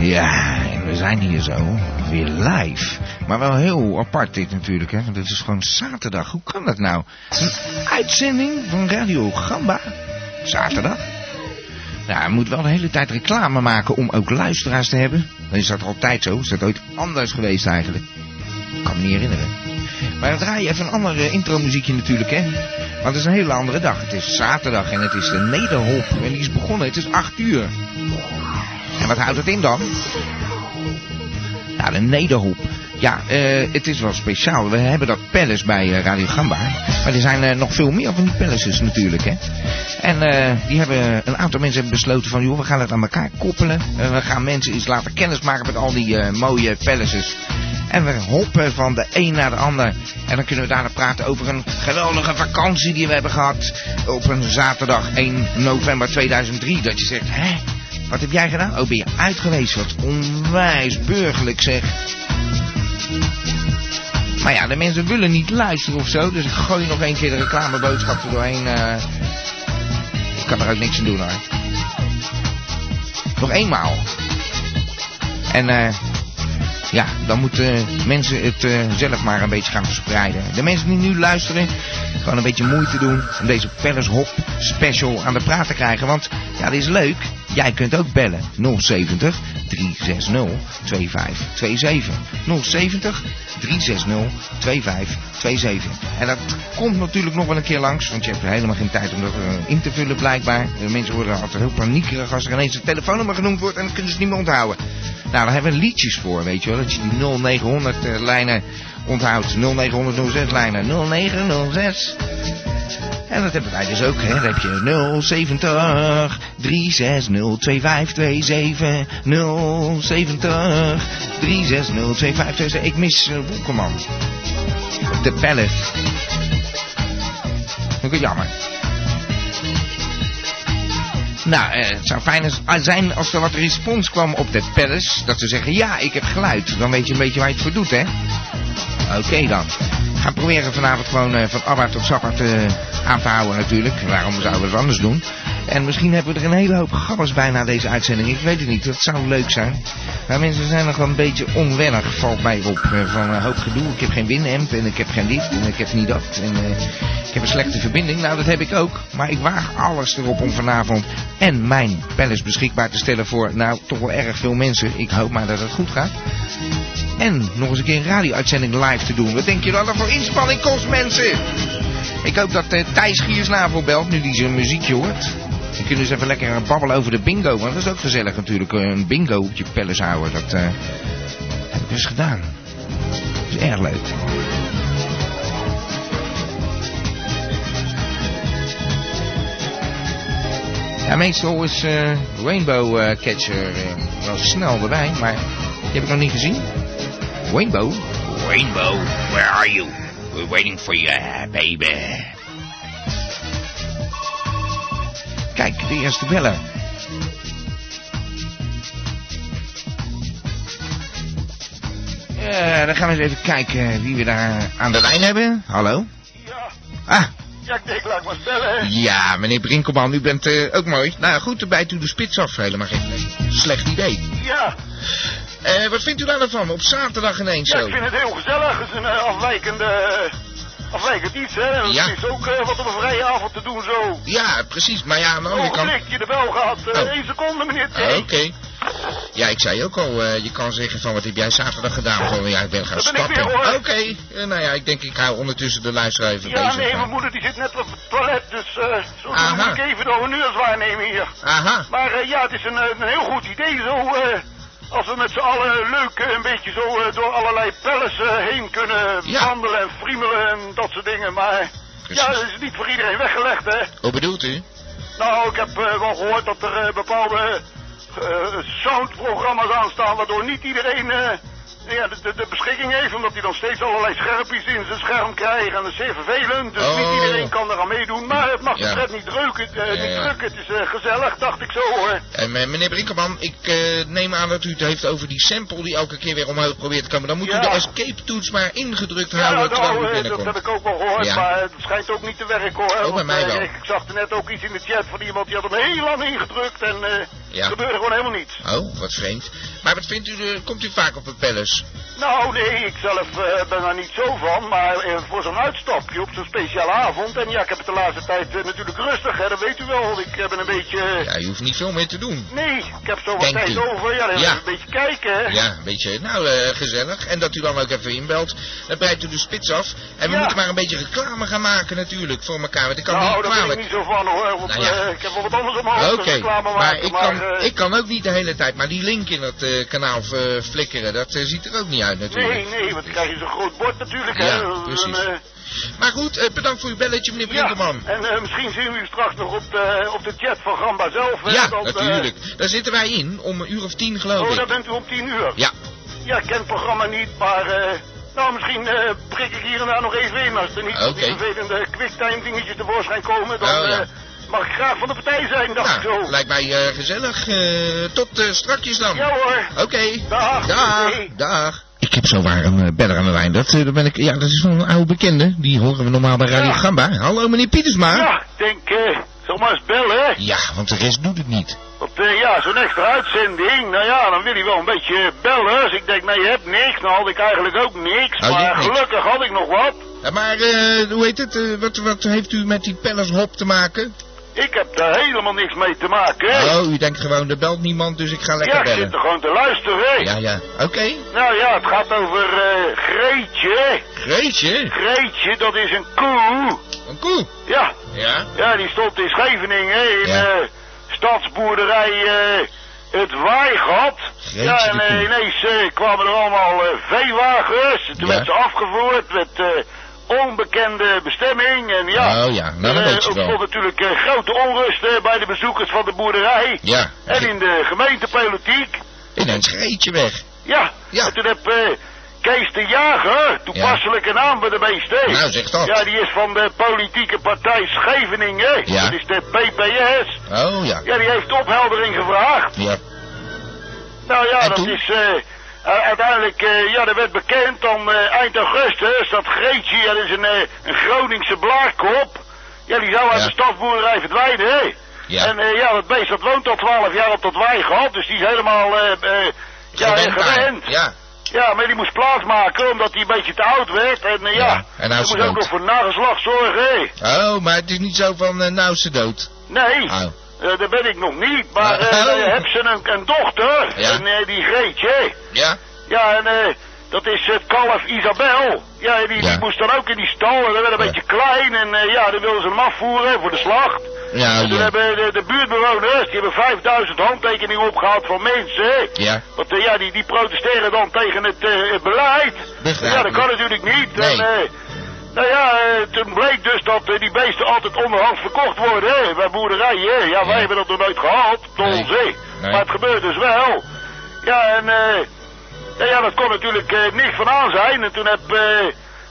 Ja, en we zijn hier zo. Weer live. Maar wel heel apart dit natuurlijk, hè. Want het is gewoon zaterdag. Hoe kan dat nou? Een uitzending van Radio Gamba. Zaterdag. Nou, je moet wel de hele tijd reclame maken om ook luisteraars te hebben. Dan is dat altijd zo. Is dat ooit anders geweest eigenlijk? Ik kan me niet herinneren. Maar dan draai je even een ander eh, intromuziekje natuurlijk, hè. Want het is een hele andere dag. Het is zaterdag en het is de Nederhop. En die is begonnen. Het is 8 uur. En wat houdt het in dan? Nou, de nederhoep. Ja, eh, het is wel speciaal. We hebben dat palace bij eh, Radio Gamba. Maar er zijn eh, nog veel meer van die palaces natuurlijk, hè. En eh, die hebben, een aantal mensen hebben besloten van... joh, we gaan het aan elkaar koppelen. En we gaan mensen eens laten kennismaken met al die eh, mooie palaces. En we hoppen van de een naar de ander. En dan kunnen we daarna praten over een geweldige vakantie die we hebben gehad. Op een zaterdag 1 november 2003. Dat je zegt, hè, wat heb jij gedaan? Oh, ben je uit geweest? Wat onwijs burgerlijk zeg. Maar ja, de mensen willen niet luisteren of zo. Dus ik gooi nog een keer de reclameboodschap er doorheen. eh. Ik kan er ook niks aan doen hoor. Nog eenmaal. En eh. ja, dan moeten mensen het eh, zelf maar een beetje gaan verspreiden. De mensen die nu luisteren, gewoon een beetje moeite doen om deze Palace Hop special aan de praat te krijgen. Want ja, dit is leuk. Jij kunt ook bellen. 070 360 2527. 070 360 2527. En dat komt natuurlijk nog wel een keer langs, want je hebt helemaal geen tijd om dat eh, in te vullen blijkbaar. De mensen worden altijd heel paniekerig als er ineens een telefoonnummer genoemd wordt en dat kunnen ze niet meer onthouden. Nou, daar hebben we liedjes voor, weet je wel. Dat je die 0900 eh, lijnen onthoudt. 0900 06 lijnen. 0906. En dat hebben wij dus ook, hè. Dan heb je 070 360 2527. 070 360 2527. Ik mis eh, Woekerman. De Palace. Vind ik het jammer. Nou, eh, het zou fijn als- ah, zijn als er wat respons kwam op de palace. Dat ze zeggen, ja, ik heb geluid. Dan weet je een beetje waar je het voor doet, hè? Oké dan. We gaan proberen vanavond gewoon eh, van Abba tot Sabbat eh, aan te houden natuurlijk. Waarom zouden we het anders doen? En misschien hebben we er een hele hoop gabbers bij na deze uitzending. Ik weet het niet, dat zou leuk zijn. Maar mensen zijn nog wel een beetje onwennig, valt mij op. eh, van een hoop gedoe, ik heb geen winamp en ik heb geen dit en ik heb niet dat. En eh, ik heb een slechte verbinding, nou dat heb ik ook. Maar ik waag alles erop om vanavond en mijn palace beschikbaar te stellen voor... nou, toch wel erg veel mensen. Ik hoop maar dat het goed gaat. En nog eens een keer een radio-uitzending live te doen. Wat denk je dat dat voor inspanning kost, mensen? Ik hoop dat eh, Thijs Giersnavel belt, nu die zijn muziekje hoort. We kunnen eens even lekker eh, babbelen over de bingo. Want dat is ook gezellig natuurlijk, eh, een bingo op je pelles houden. Dat eh, heb ik dus gedaan. Dat is erg leuk. Ja, meestal is eh, Rainbow eh, Catcher eh, wel snel erbij, maar die heb ik nog niet gezien. Rainbow? Rainbow, where are you? We're waiting for you, baby. Kijk, de eerste bellen. Eh, dan gaan we eens even kijken wie we daar aan de lijn hebben. Hallo? Ja, Ah, ja, ik denk, laat ik maar bellen. ja, meneer Brinkelman, u bent eh, ook mooi. Nou goed, erbij toe de spits af. Helemaal geen slecht idee. Ja, Eh, wat vindt u daar dan van? Op zaterdag ineens ja, zo. ik vind het heel gezellig. Het is een eh, afwijkende, eh, afwijkend iets, hè. En Ja. Het is ook eh, wat op een vrije avond te doen, zo. Ja, precies. Maar ja, aan de andere kant... Ogenblik, je de bel gehad. eh, Oh. één seconde, meneer T. Ah, Oké. Ja, ik zei ook al, eh, je kan zeggen van wat heb jij zaterdag gedaan? Gewoon, ja, ik ben gaan Dat ben ik stappen. weer, hoor. Oké, Eh, nou ja, ik denk ik hou ondertussen de luisteraar even Ja, bezig. nee, maar- mijn moeder die zit net op het toilet, dus eh zo Aha. Ah. moet ik even de honneurs waarnemen hier. Aha, Maar eh, ja, het is een, eh, een heel goed idee, zo... eh, als we met z'n allen leuk eh, een beetje zo eh, door allerlei pelles heen kunnen Ja. wandelen en friemelen en dat soort dingen. Maar ja, Precies. dat is niet voor iedereen weggelegd, hè. hoe bedoelt u? Nou, ik heb eh, wel gehoord dat er eh, bepaalde eh, soundprogramma's aanstaan, waardoor niet iedereen eh, ja, de, de, de beschikking heeft, omdat hij dan steeds allerlei schermpjes in zijn scherm krijgt. En dat is zeer vervelend, dus Oh. niet iedereen kan eraan meedoen. Maar het mag Ja. de pret niet, drukken, eh, Ja, niet ja. drukken, het is eh, gezellig, dacht ik zo hoor. Eh, me- meneer Brinkelman, ik eh, neem aan dat u het heeft over die sample die elke keer weer omhoog probeert te komen. Dan moet u Ja. de escape-toets maar ingedrukt Ja, houden terwijl nou, u eh, dat binnenkomt. heb ik ook wel gehoord, Ja. maar het schijnt ook niet te werken hoor. bij want, mij eh, wel. Ik, ik zag er net ook iets in de chat van iemand die had hem heel lang ingedrukt en eh, Ja. Gebeurde gewoon helemaal niets. Oh, wat vreemd. Maar wat vindt u, er- komt u vaak op een palace? Nou, nee, ik zelf eh, ben daar niet zo van. Maar eh, voor zo'n uitstapje op zo'n speciale avond. En ja, ik heb het de laatste tijd eh, natuurlijk rustig, hè, dat weet u wel. Ik heb een beetje. eh, Ja, je hoeft niet veel meer te doen. Nee, ik heb zo wat Denkt tijd u? over. Ja, dan Ja. even een beetje kijken. hè. Ja, een beetje, nou, eh, gezellig. En dat u dan ook even inbelt. Dan breidt u de spits af. En we Ja. moeten maar een beetje reclame gaan maken natuurlijk voor elkaar. Want ik kan nou, niet daar ben ik kwalijk. niet zo van hoor. Want Nou ja. eh, ik heb wel wat anders op mijn hoofd. Oké, dus reclame maar, maken, ik kan, eh, ik kan ook niet de hele tijd. Maar die link in dat eh, kanaal eh, flikkeren, dat eh, ziet er ook niet uit natuurlijk. Nee, nee, want dan krijg je zo'n groot bord natuurlijk. Ja, hè. Dat is precies. Een, eh, Maar goed, eh, bedankt voor uw belletje, meneer Brinkelman. en eh, misschien zien we u straks nog op de, op de jet van Gamba zelf. hè, Ja, want, eh, natuurlijk. Daar zitten wij in om een uur of tien, geloof oh, ik. daar bent u om tien uur. Ja, Ja, ik ken het programma niet, maar... eh, nou, misschien eh prik ik hier en daar nog even in. Als er niet Oké. die vervelende quicktime dingetjes tevoorschijn komen, dan Oh, ja. eh, mag ik graag van de partij zijn, dacht ik nou, zo. lijkt mij eh, gezellig. Eh, tot eh, strakjes dan. Ja hoor. Oké. Dag. Dag. Oké. Dag. Ik heb zowaar een eh, beller aan de lijn. Dat, eh, daar ben ik, ja, dat is van een oude bekende. Die horen we normaal bij Radio Ja. Gamba. Hallo, meneer Pietersma. Ja, ik denk, eh, zal maar eens bellen, hè. Ja, want de rest doet het niet. Want eh, ja, zo'n extra uitzending, nou ja, dan wil hij wel een beetje eh, bellen. Dus ik denk, nou, je hebt niks. Nou had ik eigenlijk ook niks, Oh, je maar hebt niks. gelukkig had ik nog wat. Ja, maar, eh, hoe heet het? Eh, wat, wat heeft u met die Palace Hop te maken? Ik heb daar helemaal niks mee te maken, hè. Oh, u denkt gewoon, er belt niemand, dus ik ga lekker ja, ik bellen. zit er gewoon te luisteren, hè. Ja, Oh, ja. Oké. Nou ja, het gaat over eh, Greetje. Greetje. Greetje, dat is een koe. Een koe. Ja, Ja. ja die stond in Scheveningen in Ja. eh, stadsboerderij eh, Het Waaigat. Greetje Ja, en de eh, koe. ineens eh, kwamen er allemaal eh, veewagens. Toen Ja. werd ze afgevoerd met eh, onbekende bestemming. En ja, Oh ja, nou, dat er, eh, weet je wel. ontstond natuurlijk eh, grote onrust eh, bij de bezoekers van de boerderij. Ja. En in de gemeentepolitiek. Ineens Greetje weg. Ja, Ja. en toen heb eh, Kees de Jager, toepasselijke naam bij de meeste. Nou, zeg dat. Ja, die is van de politieke partij Scheveningen. Ja. Dat is de PPS. Oh ja. Ja, die heeft opheldering gevraagd. Ja. Nou ja, En dat toen? is eh, u- uiteindelijk, eh, ja, dat werd bekend dan eh, eind augustus dat Greetje, ja, dat is een, eh, een Groningse blaarkop. Ja, die zou uit Ja. de stafboerderij verdwijnen, hè? Ja. En eh, ja, dat beest dat woont al twaalf jaar op dat wij gehad, dus die is helemaal eh, eh, ja, Gewend aan. gewend. Ja. Ja, maar die moest plaatsmaken omdat hij een beetje te oud werd. En eh, ja, Ja, en nou die is ze moest ook dood. nog voor nageslag zorgen. hè. Oh, maar het is niet zo van, eh, nou is ze dood. Nee, Oh. eh, daar ben ik nog niet. Maar eh Oh. eh, heb ze een, een dochter, Ja. en, eh, die Greetje. hè. Ja? Ja, en eh, dat is het kalf Isabel. Ja, en die, die Ja. moest dan ook in die stal. En dat werd een Ja. beetje klein. En eh, ja, dan wilden ze hem afvoeren voor de slacht. Nou, Ja, oh, En toen ja. hebben eh, de, de buurtbewoners, die hebben 5000 handtekeningen opgehaald van mensen. hè. Ja. Want eh, ja, die, die protesteren dan tegen het eh, het beleid. Begrijpelijk. Ja, dat kan natuurlijk niet. Nee. En, eh, nou ja, eh, toen bleek dus dat eh, die beesten altijd onderhand verkocht worden hè, bij boerderijen. hè. Ja, wij Ja. hebben dat nog nooit gehad, door Nee. ons hè. Nee. Maar het gebeurt dus wel. Ja, en eh, nou ja, dat kon natuurlijk eh niks van aan zijn. En toen heb eh,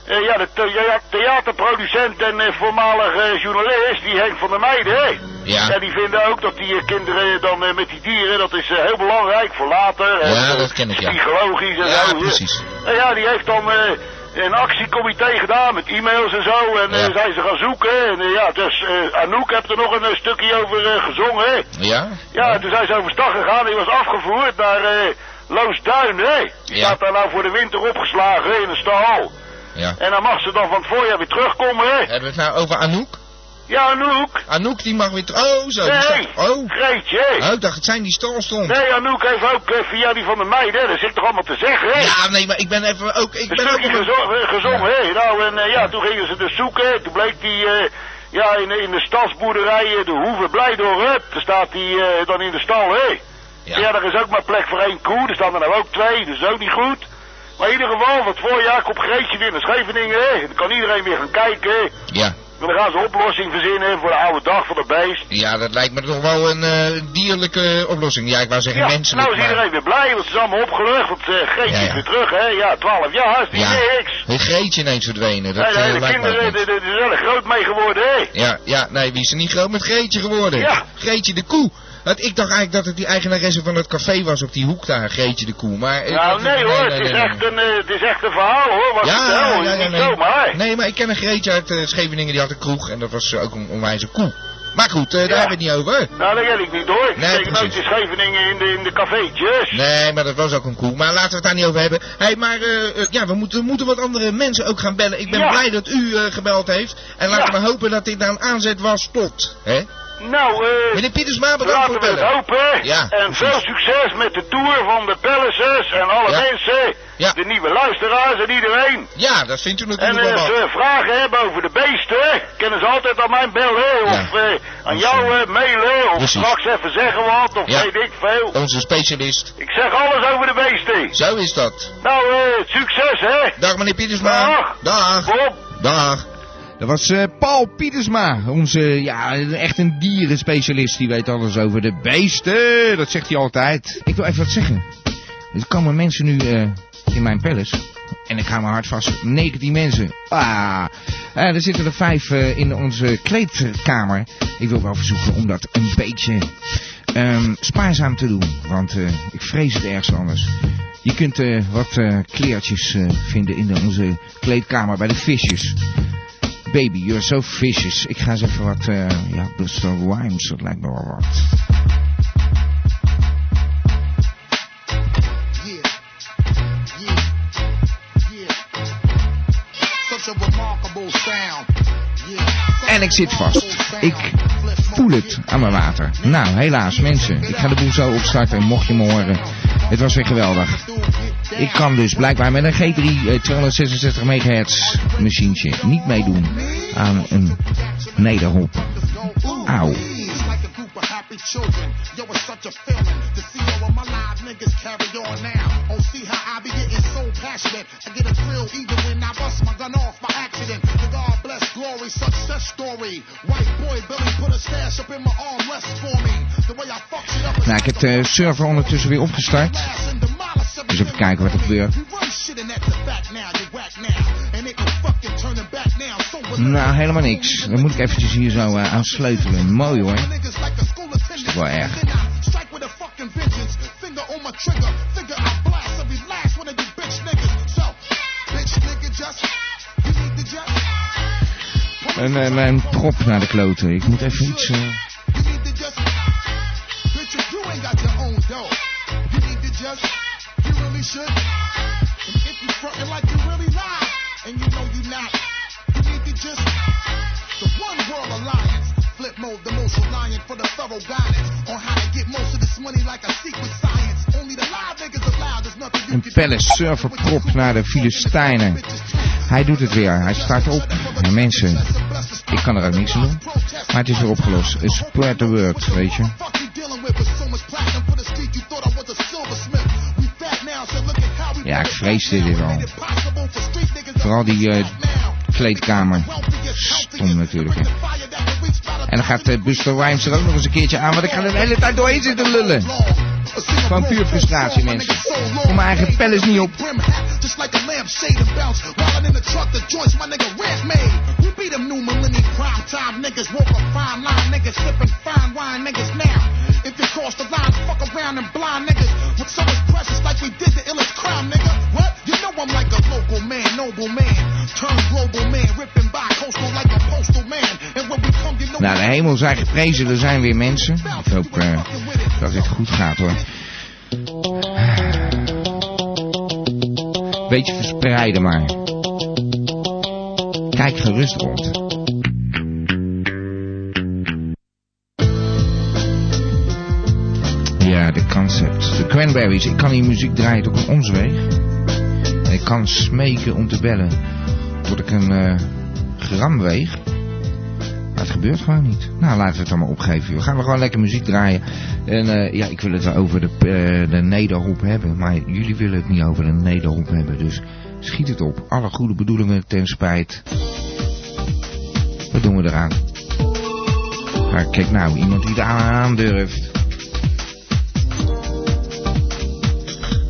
eh, ja, de the- ja, theaterproducent en eh, voormalig eh, journalist, die Henk van der Meijden, hè. Ja. die vinden ook dat die eh, kinderen dan eh, met die dieren, dat is eh, heel belangrijk voor later. en, Ja, eh, dat ken ik, ja. Psychologisch en Ja, zo. precies. Nou ja, die heeft dan eh, een actiecomité gedaan met e-mails en zo. En eh, Ja. zijn ze gaan zoeken. En eh, ja, dus eh, Anouk heeft er nog een eh, stukje over eh, gezongen. hè. Ja? Ja, en toen zijn ze overstag gegaan. Die was afgevoerd naar eh, Loosduin, hè. Die Ja. staat daar nou voor de winter opgeslagen hè, in een stal. Ja. En dan mag ze dan van het voorjaar weer terugkomen, hè. Hebben we het nou over Anouk? Ja, Anouk. Anouk die mag weer... ter- Oh, zo. die Nee, staat- Oh. Greetje, hè. Oh, ik dacht het zijn die stalstond. Nee, Anouk heeft ook eh, via die van de meiden, hè. Dat zit toch allemaal te zeggen, hè. Ja, nee, maar ik ben even ook... Ik Een ben ook... stukje op- gezo- eh, gezongen, Ja. hè. Nou, en eh, ja, toen gingen ze dus zoeken. Toen bleek die, eh, ja, in, in de stadsboerderij, eh, de Hoeve Blijdorp, daar staat die eh, dan in de stal, hè. Ja. Ja. daar is ook maar plek voor één koe. Er staan er nou ook twee, dus is ook niet goed. Maar in ieder geval, wat voorjaar komt Greetje weer naar Scheveningen, hè. Dan kan iedereen weer gaan kijken, hè. Ja. En dan gaan ze een oplossing verzinnen voor de oude dag van de beest. Ja, dat lijkt me toch wel een eh, dierlijke oplossing. Ja, ik wou zeggen Ja, menselijk, nou is maar- iedereen weer blij, want ze is allemaal opgelucht, want eh, Greetje Ja, ja. is weer terug, hè. Ja, twaalf jaar, is niet Ja. niks. Hoe Greetje ineens verdwenen. Dat Nee, eh, nee, de lijkt me ook kinderen niet. die- die- die zijn er groot mee geworden, hè. Ja, ja, nee, wie is er niet groot met Greetje geworden? Ja. Greetje de Koe. Want ik dacht eigenlijk dat het die eigenaresse van het café was op die hoek daar, Greetje de Koe. Maar, ik Nou, dacht- nee hoor, het is nee. echt een, eh, het is echt een verhaal hoor, wat Ja, vertel, ja, ja, niet nee. zomaar. Nee, maar ik ken een Greetje uit eh, Scheveningen, die had een kroeg en dat was eh, ook een onwijze koe. Maar goed, eh, daar Ja. hebben we het niet over. Nou, dat weet ik niet hoor. Ik Nee, steek nooit precies. in Scheveningen in de, in de cafeetjes. Nee, maar dat was ook een koe. Maar laten we het daar niet over hebben. Hé, hey, maar eh, eh, ja, we moeten, we moeten wat andere mensen ook gaan bellen. Ik ben Ja. blij dat u eh, gebeld heeft. En laten Ja. we hopen dat dit aan aanzet was tot. Hè? Nou, eh... Meneer Pietersma, bedankt voor Laten het we het bellen. hopen. Ja, en veel precies. succes met de tour van de Palaces en alle Ja. mensen. Ja. De nieuwe luisteraars en iedereen. Ja, dat vindt u En natuurlijk eh, als wel wat. ze vragen hebben over de beesten, kunnen ze altijd aan mij bellen. Of Ja. eh, aan Precies. jou eh, mailen. Of Precies. straks even zeggen wat. Of Ja. weet ik veel. Onze specialist. Ik zeg alles over de beesten. Zo is dat. Nou, eh, succes hè. Dag meneer Pietersma. Dag. Dag. Bob. Dag. Dat was eh, Paul Pietersma, onze, ja, echt een dierenspecialist. Die weet alles over de beesten. Dat zegt hij altijd. Ik wil even wat zeggen. Er komen mensen nu eh, in mijn palace. En ik ga maar hard vast. 19 mensen. Ah. Eh, er zitten er vijf eh, in onze kleedkamer. Ik wil wel verzoeken om dat een beetje ehm, spaarzaam te doen. Want eh, ik vrees het ergens anders. Je kunt eh, wat eh, kleertjes eh, vinden in de- onze kleedkamer bij de visjes. Baby, you're so vicious. Ik ga eens even wat... eh ja, Buster Rhymes, dat lijkt me wel wat. Yeah, yeah, yeah. Such a remarkable sound. Yeah. En ik zit vast. Ik voel het aan mijn water. Nou, helaas mensen. Ik ga de boel zo opstarten, mocht je me horen. Het was weer geweldig. Ik kan dus blijkbaar met een G3 eh, 266 MHz machientje niet meedoen aan een nederhop. Auw. Oh, Nou, ik heb de server ondertussen weer opgestart. Dus even kijken wat er gebeurt. Nou, helemaal niks. Dan moet ik eventjes hier zo eh, aan sleutelen. Mooi hoor. Is toch wel erg. Mijn, mijn, mijn prop naar de kloten. Ik moet even iets... eh, The One World Alliance. Flip mode, the most reliant for the thorough guidance on how to get most of this money like a secret science. Only the live niggas allowed, there's nothing you Een Palace serverprop naar de Filistijnen. Hij doet het weer. Hij start op. En mensen, ik kan er ook niks aan doen. Maar het is weer opgelost. It's spread the word, weet je. Ja, ik vreesde dit al. Vooral die eh, kleedkamer. Stom natuurlijk, hè. En dan gaat eh, Buster Rhymes er ook nog eens een keertje aan. Want ik ga er de hele tijd doorheen zitten lullen. Van puur frustratie, mensen. Voor mijn eigen pel is niet op. Nou, de hemel zijn geprezen. Er zijn weer mensen. Ik hoop eh, dat dit goed gaat hoor. Ah. Beetje verspreiden maar. Kijk gerust rond. Ja, de concept. De Cranberries. Ik kan hier muziek draaien tot een omzweeg. En ik kan smeken om te bellen. Tot ik een eh, gram weeg. Maar het gebeurt gewoon niet. Nou, laten we het dan maar opgeven. joh. gaan we gewoon lekker muziek draaien. En eh, ja, ik wil het wel over de, eh, de nederhop hebben. Maar jullie willen het niet over de nederhop hebben. Dus schiet het op. Alle goede bedoelingen ten spijt. Wat doen we eraan? Maar kijk nou, iemand die daar aan durft.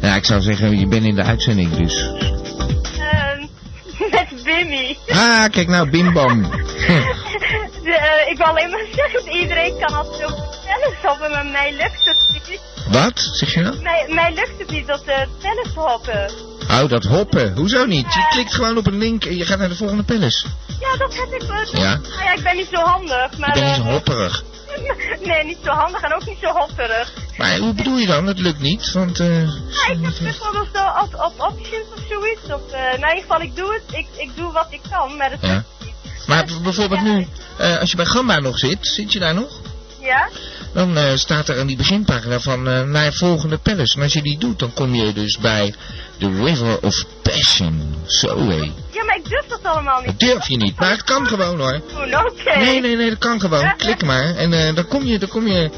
Ja, ik zou zeggen, je bent in de uitzending dus. Ehm, met Bimmy. Ah, kijk nou, bimbam. De, eh, ik wil alleen maar zeggen, iedereen kan altijd over de tennis hoppen, maar mij lukt het niet. Wat? Zeg je nou? dat? Mij, mij lukt het niet dat de tennis hoppen. Oh, dat hoppen. Hoezo niet? Je klikt gewoon op een link en je gaat naar de volgende palace. Ja, ja, dat heb ik. eh, dat- Ja? Nou ja, ik ben niet zo handig, Ik maar... ben niet zo eh, hopperig. nee, niet zo handig en ook niet zo hopperig. Maar hoe bedoel je dan? Dat lukt niet, want... eh Ja, ik heb bijvoorbeeld zo op, op options of zoiets. Of, eh, nou, in ieder geval, ik doe het. Ik, ik doe wat ik kan, maar dat Ja. lukt niet. Maar b- bijvoorbeeld Ja. nu, eh, als je bij Gamba nog zit, zit je daar nog? Ja? Dan eh, staat er aan die beginpagina van eh, naar volgende palace. En als je die doet, dan kom je dus bij The River of Passion. Zo hé. Ja, maar ik durf dat allemaal Dat niet. durf je niet, maar het kan gewoon hoor. Doen, oké. Nee, nee, nee, dat kan gewoon. Klik maar. En eh, dan kom je, dan kom je...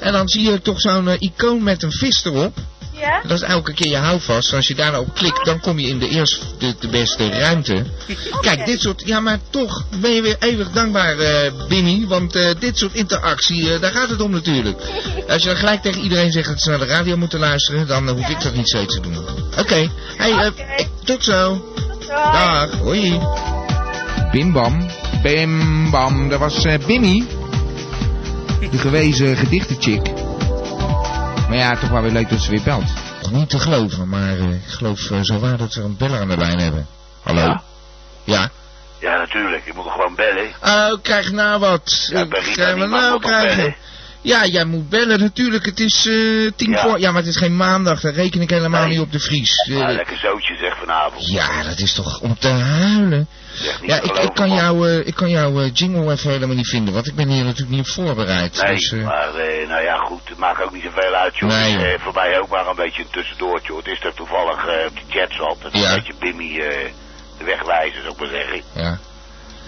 En dan zie je toch zo'n eh, icoon met een vis erop. Ja? Dat is elke keer je houvast. En Als je daar nou op klikt, dan kom je in de eerste, de, de beste ruimte. Kijk, dit soort... Ja, maar toch ben je weer eeuwig dankbaar, eh Bimmy. Want eh, dit soort interactie, eh, daar gaat het om natuurlijk. Als je dan gelijk tegen iedereen zegt dat ze naar de radio moeten luisteren... dan eh, hoef ik dat niet steeds te doen. Oké. Hey, eh, Oké. ik- tot zo. Doei. Dag. Hoi. Bimbam. Bimbam. Dat was eh, Bimmy. De gewezen gedichtenchick. Maar ja, toch wel weer leuk dat ze weer belt. Niet te geloven, maar eh, ik geloof eh, zo waar dat we een beller aan de lijn hebben. Hallo? Ja. Ja? Ja, natuurlijk. Je moet hem gewoon bellen. Oh, krijg nou wat. Ja, Eh, Berita, krijgen we die man nou moet nog krijgen? bellen. Ja, jij moet bellen natuurlijk. Het is eh, tien Ja. voor... Ja, maar het is geen maandag. Daar reken ik helemaal Nee. niet op de Vries. Eh, Ah, lekker zootje zeg vanavond. ja, dat is toch om te huilen. Zeg niet Ja, te ik, ik geloven, kan man. jouw eh, ik kan jouw eh, jingle even helemaal niet vinden, want ik ben hier natuurlijk niet op voorbereid. Nee, dus, eh, maar eh, nou ja, goed, het maakt ook niet zoveel uit, joh. Nee, Het is, joh. eh, voor mij ook maar een beetje een tussendoortje, hoor. Het is er toevallig eh, op de chat zat. Het is Ja. een beetje Bimmy eh de wegwijzer, zou ik maar zeggen. ja.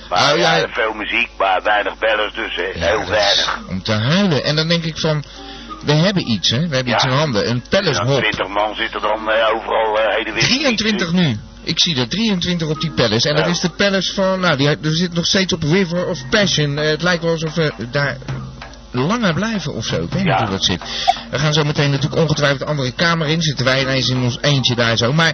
Maar Oh, ja, ja. veel muziek, maar weinig bellers dus, hè. Ja, Heel dat is weinig. Om te huilen. En dan denk ik van, we hebben iets, hè? We hebben Ja. iets in handen. Een palace Ja, hop. 20 man zitten dan eh, overal eh heen en weer. 23 nu. Ik zie er 23 op die palace. En dat Ja. is de palace van, nou, die, er zit nog steeds op River of Passion. Eh, het lijkt wel alsof we daar langer blijven of zo. Ik weet niet Ja. hoe dat zit. We gaan zo meteen natuurlijk ongetwijfeld de andere kamer in. Zitten wij ineens in ons eentje daar zo. Maar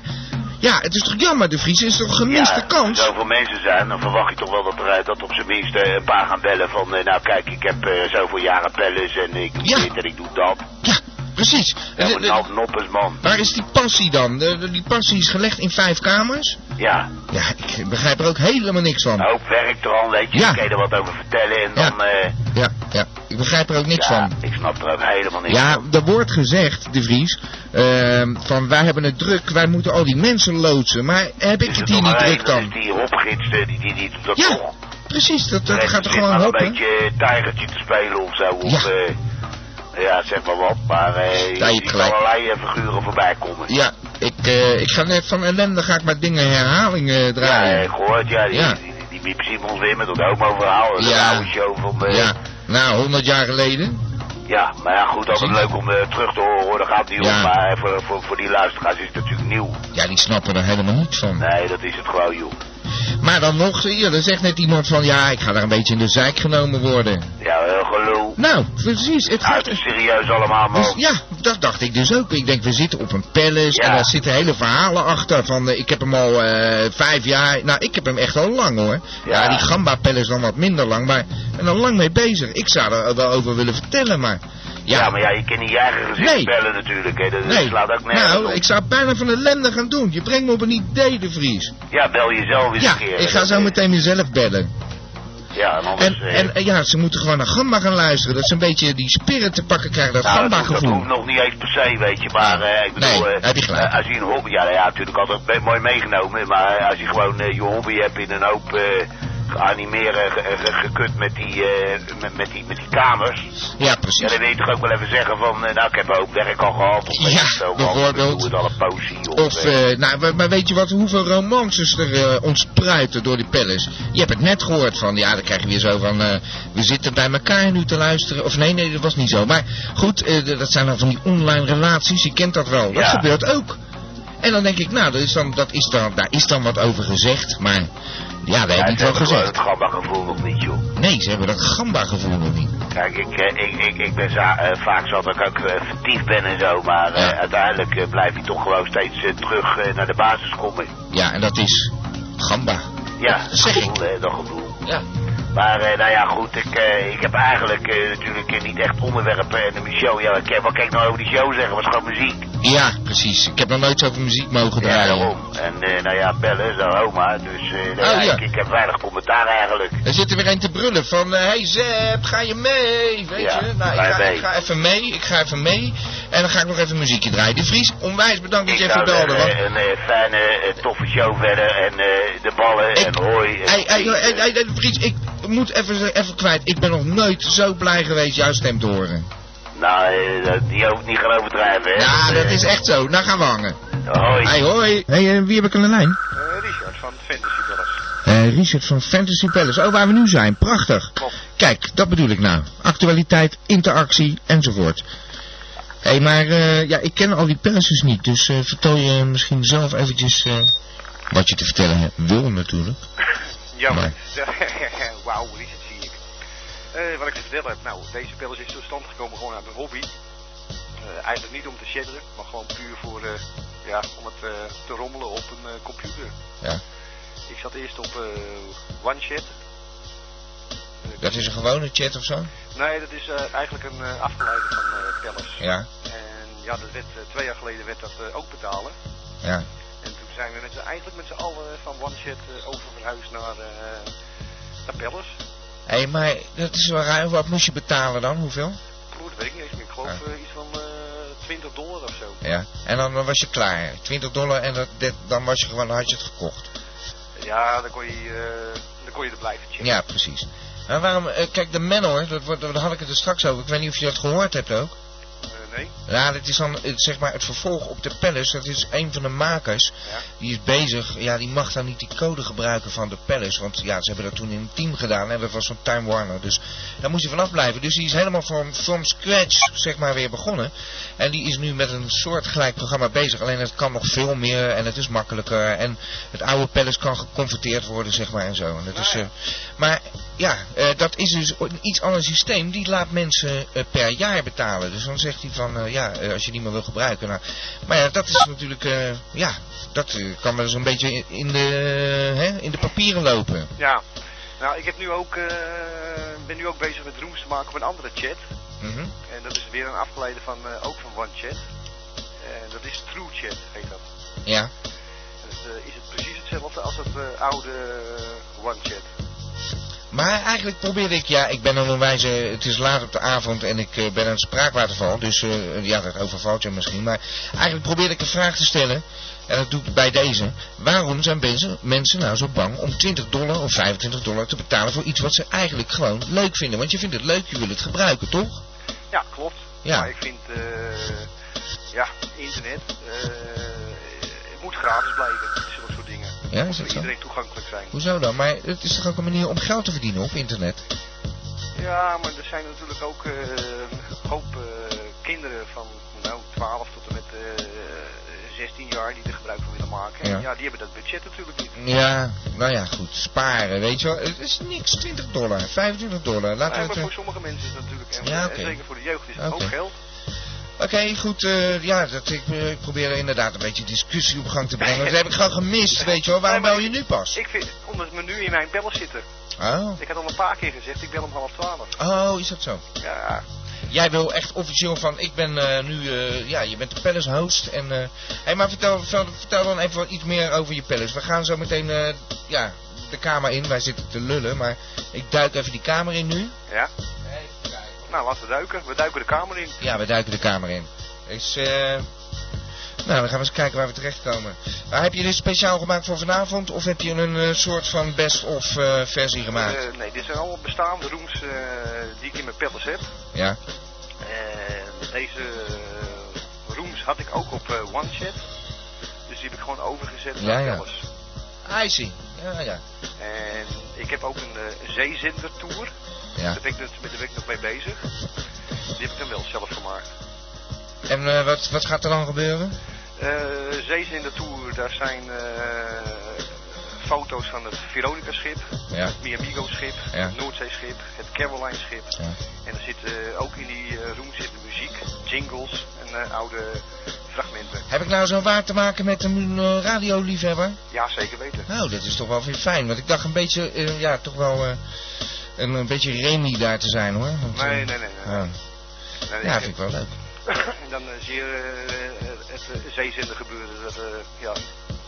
ja, het is toch jammer, de Vries. Het is toch een Ja, gemiste Als kans? er zoveel mensen zijn, dan verwacht je toch wel dat er eh, dat op zijn minst eh, een paar gaan bellen van... eh, nou, kijk, ik heb eh, zoveel jaren pellers en ik doe Ja. dit en ik doe dat. Ja, precies. En De- we de- nou noppers, man. waar is die passie dan? De- de- die passie is gelegd in vijf kamers. Ja, Ja, ik begrijp er ook helemaal niks van. een hoop werk er al, weet je. Ja. Dan kun je er wat over vertellen en Ja. dan... eh, Ja, ja, ik begrijp er ook niks ja, van. ik snap er ook helemaal niks Ja, van. er wordt gezegd, De Vries, ehm, van wij hebben het druk, wij moeten al die mensen loodsen. Maar heb ik Is het er hier nog niet maar één, druk dat is dan? Die hopgids, eh, die, die, die doet dat Ja, toch. precies, dat, De dat rest gaat er zit gewoon maar op, een hè? beetje eh, tijgertje te spelen of zo. Of, Ja. eh, ja, zeg maar wat. Maar eh Ja, je je hebt ziet gelijk. allerlei eh, figuren voorbij komen. Ja, ik, eh, ik ga net van ellende ga ik maar dingen herhalingen Ja, eh, draaien. ik hoor het, ja. Die, Ja. Die, die, die Miep Simons weer met dat homo-verhaal. Dat Ja. oude show van... eh, Ja, nou, 100 jaar geleden. ja, maar ja, goed, altijd Zie je? leuk om eh, terug te horen. hoor, Daar gaat het niet Ja. om. Maar eh, voor, voor, voor die luisteraars is het natuurlijk nieuw. Ja, die snappen er helemaal niets van. Nee, dat is het gewoon, joh. Maar dan nog, eh, ja, er zegt net iemand van, ja, ik ga daar een beetje in de zijk genomen worden. Ja, heel gelul. Nou, precies, het Nou, gaat... het is serieus allemaal, man. Dus, ja, dat dacht ik dus ook. Ik denk, we zitten op een palace Oh. Ja. en daar zitten hele verhalen achter. Van, eh, ik heb hem al eh, vijf jaar... Nou, ik heb hem echt al lang, hoor. Ja, Ja. die Gamba Palace dan wat minder lang, maar... En dan lang mee bezig. Ik zou er wel over willen vertellen, maar... ja. Ja, maar ja, je kan niet je eigen gezicht Nee. bellen natuurlijk. Hè. Dat dat nee. slaat ook nergens Nou, op. ik zou bijna van ellende gaan doen. Je brengt me op een idee, de Vries. Ja, bel jezelf eens Ja, een keer. ik ga Dat, zo eh, meteen mezelf bellen. Ja, en En, anders... eh, en eh, ja, ze moeten gewoon naar Gamba gaan luisteren. Dat ze een beetje die spirit te pakken krijgen, dat nou, dat, hoeft, dat Gamba-gevoel. hoeft nog niet eens per se, weet je. Maar eh, ik bedoel, Eh, Nee, eh, heb je gelijk. eh, als je een hobby... Ja, nou ja, natuurlijk altijd be- mooi meegenomen. Maar eh, als je gewoon eh, je hobby hebt in een hoop eh animeren, gekut met die, eh, met, met, die, met die kamers. Ja, Ja, precies. dan wil je toch ook wel even zeggen van... eh, nou, ik heb ook werk al gehad. Of weet Ja, ik veel wat. bijvoorbeeld. Ik doe het al een poosje. Of, Of, eh, eh, nou, we- maar weet je wat, hoeveel romances er eh, ontspruiten door die palace? Je hebt het net gehoord van, ja, dan krijg je weer zo van, eh, we zitten bij elkaar nu te luisteren. Of nee, nee, dat was niet zo. Maar goed, eh, d- dat zijn dan van die online relaties, je kent dat wel. Dat Ja. gebeurt ook. En dan denk ik, nou, dat is dan, dat is dan, daar is dan wat over gezegd, maar ja, ja, ze dat heb ik niet wel hebben gewoon gezegd. Het gamma-gevoel nog niet, joh. Nee, ze hebben dat gamba-gevoel nog niet. Kijk, ik, eh, ik, ik, ik ben za- eh, vaak zat dat ik ook eh, vertiefd ben en zo, maar eh, Ja. uiteindelijk eh, blijf je toch gewoon steeds eh, terug eh, naar de basis komen. Ja, en dat is gamba. Ja, Zeg ik. gevoel, eh, dat gevoel. Ja. Maar eh, nou ja, goed, ik, eh, ik heb eigenlijk eh, natuurlijk eh, niet echt onderwerpen. En mijn show, ja, ik heb wel kijk nou over die show zeggen, was gewoon muziek. Ja, precies. Ik heb nog nooit zoveel muziek mogen Ja, draaien. daarom. En eh, nou ja, bellen is dan oma. Dus eh, nou ja, Oh, ja. Ik, ik heb weinig commentaar eigenlijk. er zit er weer een te brullen van, hé hey Zep, ga je mee? Weet Ja, je? Nou, ik wij ga, mee. ik ga even mee, ik ga even mee. En dan ga ik nog even muziekje draaien. De Vries, onwijs bedankt dat je Ik even zou belde. zeggen, want- een eh, fijne, eh, toffe show verder. En eh, de ballen en hooi. en Hey, hey, vrienden. joh, hey, hey, hey, Vries, ik moet even, even kwijt. Ik ben nog nooit zo blij geweest jouw stem te horen. Nou, eh, dat- die ook niet gaan overdrijven, hè. Ja, Dus, dat eh, is echt zo. Nou gaan we hangen. Hoi. Hey, hoi. Hey, eh, wie heb ik aan de lijn? Richard van Fantasy Palace. Richard van Eh, Fantasy Palace. Oh, waar we nu zijn. Prachtig. Klopt. Kijk, dat bedoel ik nou. Actualiteit, interactie enzovoort. Hé, hey, maar eh, ja, ik ken al die palaces niet, dus eh, vertel je misschien zelf eventjes eh, wat je te vertellen hebt. wil natuurlijk. Jammer. Wauw, Richard zie ik. Eh, wat ik te vertellen heb, nou, deze pels is tot stand gekomen gewoon uit mijn hobby. Eh, eigenlijk niet om te shatteren, maar gewoon puur voor, eh, ja, om het eh, te rommelen op een eh, computer. Ja. Ik zat eerst op eh OneShat. Dat is een gewone chat of zo? Nee, dat is eh, eigenlijk een eh afgeleide van eh Palace. Ja, En ja, dat werd, eh, twee jaar geleden werd dat eh, ook betalen. ja. En toen zijn we met, z'n- eigenlijk met z'n allen van OneShat eh oververhuisd naar, eh naar Palace. Hé, hey, maar dat is wel raar. Wat moest je betalen dan? Hoeveel? Broer, dat weet ik niet eens meer. Ik geloof eh, iets van eh 20 dollar of zo. Ja. En dan, dan was je klaar. 20 dollar en dat, dat- dan was je gewoon, dan had je het gekocht. Ja, dan kon je, eh, dan kon je er blijven checken. Ja, precies. Maar waarom, eh, kijk, de Manor, dat, wordt- daar had ik het er straks over. Ik weet niet of je dat gehoord hebt ook. Eh, nee? Ja, dit is dan eh, zeg maar het vervolg op de Palace. Dat is een van de makers. Ja. Die is bezig. Ja, die mag dan niet die code gebruiken van de Palace. Want ja, ze hebben dat toen in een team gedaan. En dat was van Time Warner. Dus daar moest hij vanaf blijven. Dus die is helemaal van from scratch zeg maar weer begonnen. En die is nu met een soortgelijk programma bezig. Alleen het kan nog veel meer. En het is makkelijker. En het oude Palace kan geconfronteerd worden zeg maar en zo. En dat is, eh, maar ja, eh, dat is dus een iets ander systeem. Die laat mensen eh, per jaar betalen. Dus dan zegt hij van, eh, ja, eh, als je die maar wil gebruiken. Nou, maar ja, dat is natuurlijk, eh, ja, dat eh, kan wel eens een beetje in- in de, hè, in de papieren lopen. Ja. Nou, ik heb nu ook, eh, ben nu ook bezig met rooms te maken op een andere chat. Mhm. En dat is weer een afgeleide van, eh, ook van OneChat. En dat is TrueChat, heet dat. Ja, En dat eh, is het precies hetzelfde als het eh, oude eh, OneChat. maar eigenlijk probeerde ik, ja, ik ben een onwijze, het is laat op de avond en ik eh, ben aan het spraakwaterval. Dus eh, ja, dat overvalt je misschien. Maar eigenlijk probeerde ik een vraag te stellen. En dat doe ik bij deze. Waarom zijn mensen, mensen nou zo bang om 20 dollar of 25 dollar te betalen voor iets wat ze eigenlijk gewoon leuk vinden? Want je vindt het leuk, je wil het gebruiken, toch? Ja, klopt. Ja. Maar ik vind, eh, ja, internet, eh, het moet gratis blijven, zulke soort dingen. Ja, Het is dat moet voor zo? iedereen toegankelijk zijn. Hoezo dan? Maar het is toch ook een manier om geld te verdienen op internet? Ja, maar er zijn natuurlijk ook eh, een hoop eh, kinderen van nou, 12 tot en met eh, 16 jaar die er gebruik van willen maken. Ja. En ja, die hebben dat budget natuurlijk niet. Ja, nou ja, goed. Sparen, weet je wel. Het is niks. 20 dollar, 25 dollar. Laten Nee, we maar het... voor eh, sommige mensen is dat natuurlijk, en, Ja, en oké. zeker voor de jeugd is dat Oké. ook geld. Oké, goed. eh, ja, dat, ik, eh, ik probeer inderdaad een beetje discussie op gang te brengen. Dat heb ik gewoon gemist, weet je wel. Waarom Nee, maar bel je nu pas? Ik vind, omdat we nu in mijn bellen zitten. Oh. Ik had al een paar keer gezegd, ik bel om half 12. Oh, is dat zo? Ja, Jij wil echt officieel van, ik ben eh, nu, eh, ja, je bent de Palace host. En, eh, hey, maar vertel, vertel, vertel dan even wat iets meer over je Palace. We gaan zo meteen, eh, ja, de kamer in. Wij zitten te lullen, maar ik duik even die kamer in nu. ja. Nou, laten we duiken. We duiken de kamer in. Ja, we duiken de kamer in. Dus, eh. Nou, dan gaan we eens kijken waar we terechtkomen. Maar heb je dit speciaal gemaakt voor vanavond? Of heb je een eh, soort van best-of eh, versie gemaakt? Eh, nee, dit zijn allemaal bestaande rooms eh, die ik in mijn palace heb. ja. En deze eh, rooms had ik ook op eh, OneChat. Dus die heb ik gewoon overgezet Ja, naar ja. Palace. I see. Ja, ja. En ik heb ook een eh zeezindertour. ja. Daar ben ik dus- daar ben ik nog mee bezig. Die heb ik dan wel zelf gemaakt. En eh, wat, wat gaat er dan gebeuren? Eh zeezindertour, daar zijn eh, foto's van het Veronica-schip, Ja. het Miamigo-schip, Ja. het Noordzee-schip, het Caroline-schip. Ja. En er zit eh, ook in die eh, room zit muziek, jingles en eh, oude fragmenten. Heb ik nou zo waar te maken met een eh, radioliefhebber? Oh, Ja, zeker weten. Nou, dat is toch wel weer fijn. Want ik dacht een beetje, eh, ja, toch wel eh, een, een beetje Remy daar te zijn hoor. Want, eh, Nee, nee, nee, nee. ja. Nee, Ja, ik- vind ik wel leuk. en dan eh, zie je eh, eh, het eh, zeezinnen gebeuren. Dat, eh, ja,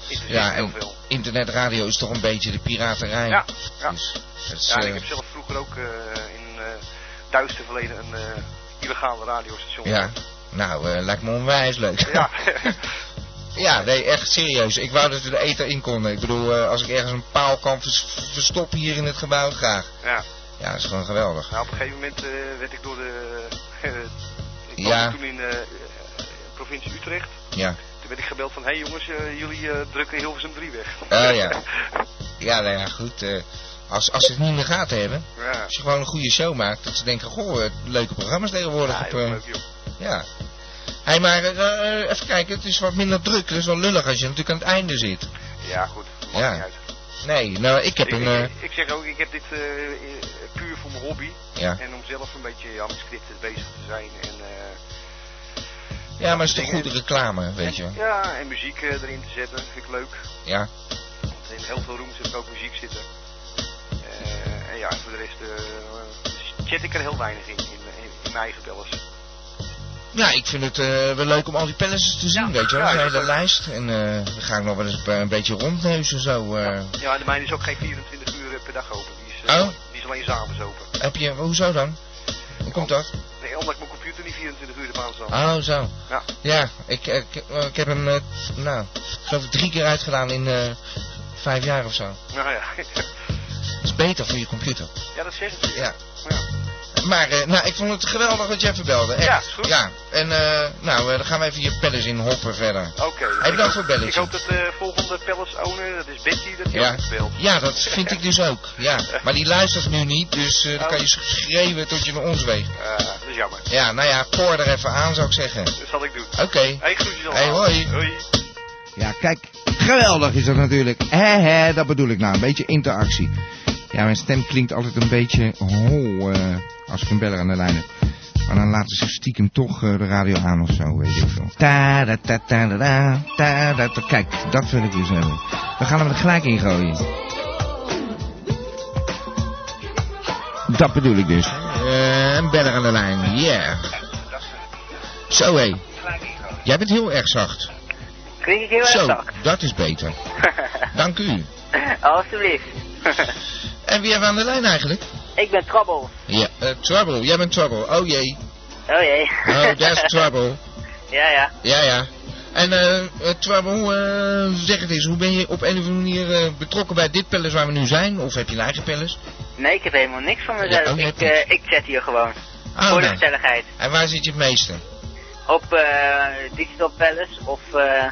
interesseert Ja, heel en veel. internetradio is toch een beetje de piraterij. Ja, ja. Dus, dat is, Ja, en eh, ik heb zelf vroeger ook eh, in eh duister verleden een eh, illegale radiostation. ja. nou, eh, lijkt me onwijs leuk. Ja. Ja, nee, echt serieus. Ik wou dat we de ether in konden. Ik bedoel, eh, als ik ergens een paal kan vers- verstoppen hier in het gebouw, graag. ja. Ja, dat is gewoon geweldig. Nou, op een gegeven moment eh, werd ik door de... eh, ik Ja. woonde toen in eh, eh, provincie Utrecht. Ja. Toen werd ik gebeld van, hé hey jongens, eh, jullie eh, drukken Hilversum 3 weg. Oh, ja. Ja, nou ja, goed. eh, als, als ze het niet in de gaten hebben, ja. als je gewoon een goede show maakt, dat ze denken, goh, eh, leuke programma's tegenwoordig. Ja, op, heel eh, leuk joh. ja. hey, maar eh, eh, even kijken, het is wat minder druk. Dat is wel lullig als je natuurlijk aan het einde zit. Ja, goed. Maakt Ja. niet uit. Nee, nou, ik heb Ik, een... ik, eh, ik zeg ook, ik heb dit eh, eh, puur voor mijn hobby. ja. En om zelf een beetje aan mijn scripten bezig te zijn. En, eh, ja, maar het is toch goede reclame, weet je wel. ja, en muziek eh, erin te zetten. Vind ik leuk. Ja. Want in heel veel rooms heb ik ook muziek zitten. Eh, en ja, en voor de rest eh, chat ik er heel weinig in, in, in, in mijn eigen bellers. Ja, ik vind het eh, wel leuk om al die palaces te zien, weet je wel. Ja, Zo'n ja, hele leuk. lijst. En eh dan ga ik nog wel eens een, een beetje rondneuzen zo. eh. Ja, de mijne is ook geen 24 uur per dag open. Die is, eh, Oh. die is alleen s'avonds open. Heb je, hoezo dan? Hoe komt dat? Nee, omdat ik mijn computer niet 24 uur de maand zal. Oh, zo. Ja. Ja, ik, ik, ik heb hem, eh, nou, ik geloof ik drie keer uitgedaan in eh, vijf jaar of zo. Nou ja. Dat is beter voor je computer. ja, dat zeggen ze. Ja. Ja. Maar, eh, nou, ik vond het geweldig dat je even belde. Echt. Ja, is goed. Ja, en eh, nou, eh, dan gaan we even je palace in hoppen verder. Oké. dus Hey, Ik bedankt hoop- voor het belletje. Ik hoop dat de volgende Palace owner, dat is Betty, dat die Ja. ook speelt. Ja, dat vind ik dus ook. Ja, maar die luistert nu niet, dus eh, dan kan je schreeuwen tot je naar ons weegt. Oh. Eh, dat is jammer. Ja, nou ja, poor er even aan zou ik zeggen. Dat zal ik doen. Oké. Hey, groetjes allemaal. Hey, hoi. Hoi. Ja, kijk, geweldig is dat natuurlijk. Hè, hè, dat bedoel ik nou, een beetje interactie. Ja, mijn stem klinkt altijd een beetje hol eh, als ik een beller aan de lijn heb. Maar dan laten ze stiekem toch eh, de radio aan of zo, weet ik veel. Ta da ta ta da da, ta da ta. Kijk, dat wil ik dus hebben. We gaan hem er gelijk in gooien. Dat bedoel ik dus. Eh, een beller aan de lijn, yeah. Zo hé, jij bent heel erg zacht. Klink ik heel erg Zo, zacht? dat is beter. Dank u. Alsjeblieft. En wie hebben we aan de lijn eigenlijk? ik ben Trouble. Ja, eh, Trouble. Jij bent Trouble. Oh jee. Oh jee. Oh, that's Trouble. ja, ja. Ja, ja. En eh, eh, Trouble, eh, zeg het eens. Hoe ben je op een of andere manier eh, betrokken bij dit palace waar we nu zijn? Of heb je een eigen palace? Nee, ik heb helemaal niks van mezelf. Ja, oh, je ik, hebt niks. eh, ik chat hier gewoon. Ah, voor de nou. gezelligheid. En waar zit je het meeste? Op eh, Digital Palace of, eh,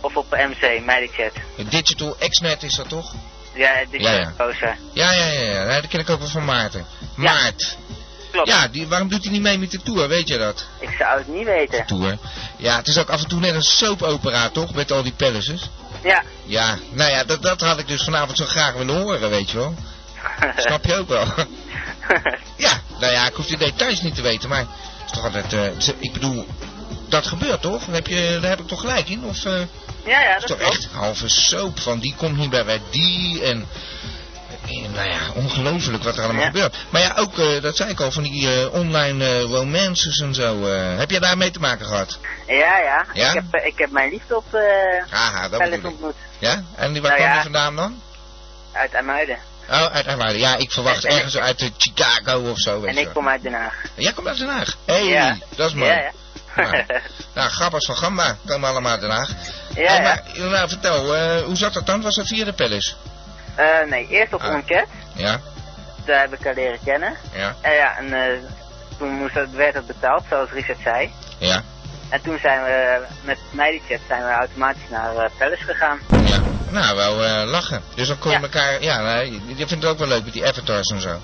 of op MC, meidenchat. Digital Xnet is dat toch? Ja, dit Ja, is ja. Rosa. Ja, ja, ja. ja. Nou, Dat ken ik ook wel van Maarten. Maart. Klopt. Ja, die, waarom doet hij niet mee met de tour? Weet je dat? Ik zou het niet weten. Tour. Ja, het is ook af en toe net een soapopera, toch? Met al die palaces. Ja. Ja, nou ja, dat, dat had ik dus vanavond zo graag willen horen, weet je wel. Snap je ook wel? ja, nou ja, ik hoef de details niet te weten, maar het is toch altijd, eh, ze- ik bedoel, dat gebeurt toch? Dan heb je, daar heb ik toch gelijk in? Of eh, ja, ja, is dat toch klopt. echt halve soap van die komt niet bij bij die en... eh, Nou ja, ongelooflijk wat er allemaal Ja. gebeurt. Maar ja, ook, eh, dat zei ik al, van die eh, online eh, romances en zo. eh, heb jij daarmee te maken gehad? Ja, ja. Ja? Ik, heb, eh, ik heb mijn liefde op eh Haha, dat Palace bedoel ik. ontmoet. Ja? En die- waar Nou kwam die ja. vandaan dan? Uit IJmuiden. Oh, uit Arnhem. Ja, ik verwacht En- en ergens uit eh, Chicago of zo. Weet En je ik wel. kom uit Den Haag. Jij komt uit Den Haag. Hé, hey, Ja. dat is mooi. Ja, ja. Nou, nou, grappers van Gamba komen allemaal uit Den Haag. ja, Hey, ja. maar, nou, vertel, eh, hoe zat dat dan? Was dat via de Palace? Eh, nee, eerst op Ah. Onket. Ja, Daar heb ik haar leren kennen. ja, En ja, en eh, toen moest dat, werd dat betaald, zoals Richard zei. ja, En toen zijn we eh, met Meidichat zijn we automatisch naar eh Palace gegaan. ja. Nou, wel eh, lachen. Dus dan kon je Ja. elkaar... Ja, nou, je, je vindt het ook wel leuk met die avatars en zo. Ja.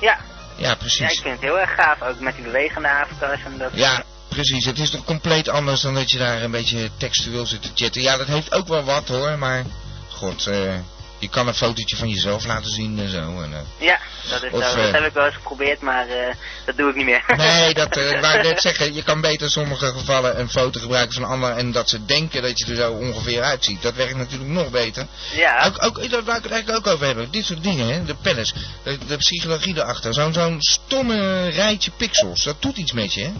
Ja, ja, ik precies. vind het heel erg gaaf, ook met die bewegende avatars en dat. Ja, precies. Het is toch compleet anders dan dat je daar een beetje textueel zit te chatten. Ja, dat heeft ook wel wat hoor, maar... God, eh, Je kan een fotootje van jezelf laten zien en zo. En, eh, Ja, dat is Of, zo. eh, Dat heb ik wel eens geprobeerd, maar eh, dat doe ik niet meer. Nee, dat eh, ik wou net zeggen. Je kan beter in sommige gevallen een foto gebruiken van een ander en dat ze denken dat je er zo ongeveer uitziet. Dat werkt natuurlijk nog beter. Ja, Ook, ook, daar wil ik het eigenlijk ook over hebben. Dit soort dingen, hè? de palace, de, de psychologie erachter. Zo'n zo'n stomme rijtje pixels, dat doet iets met je, hè?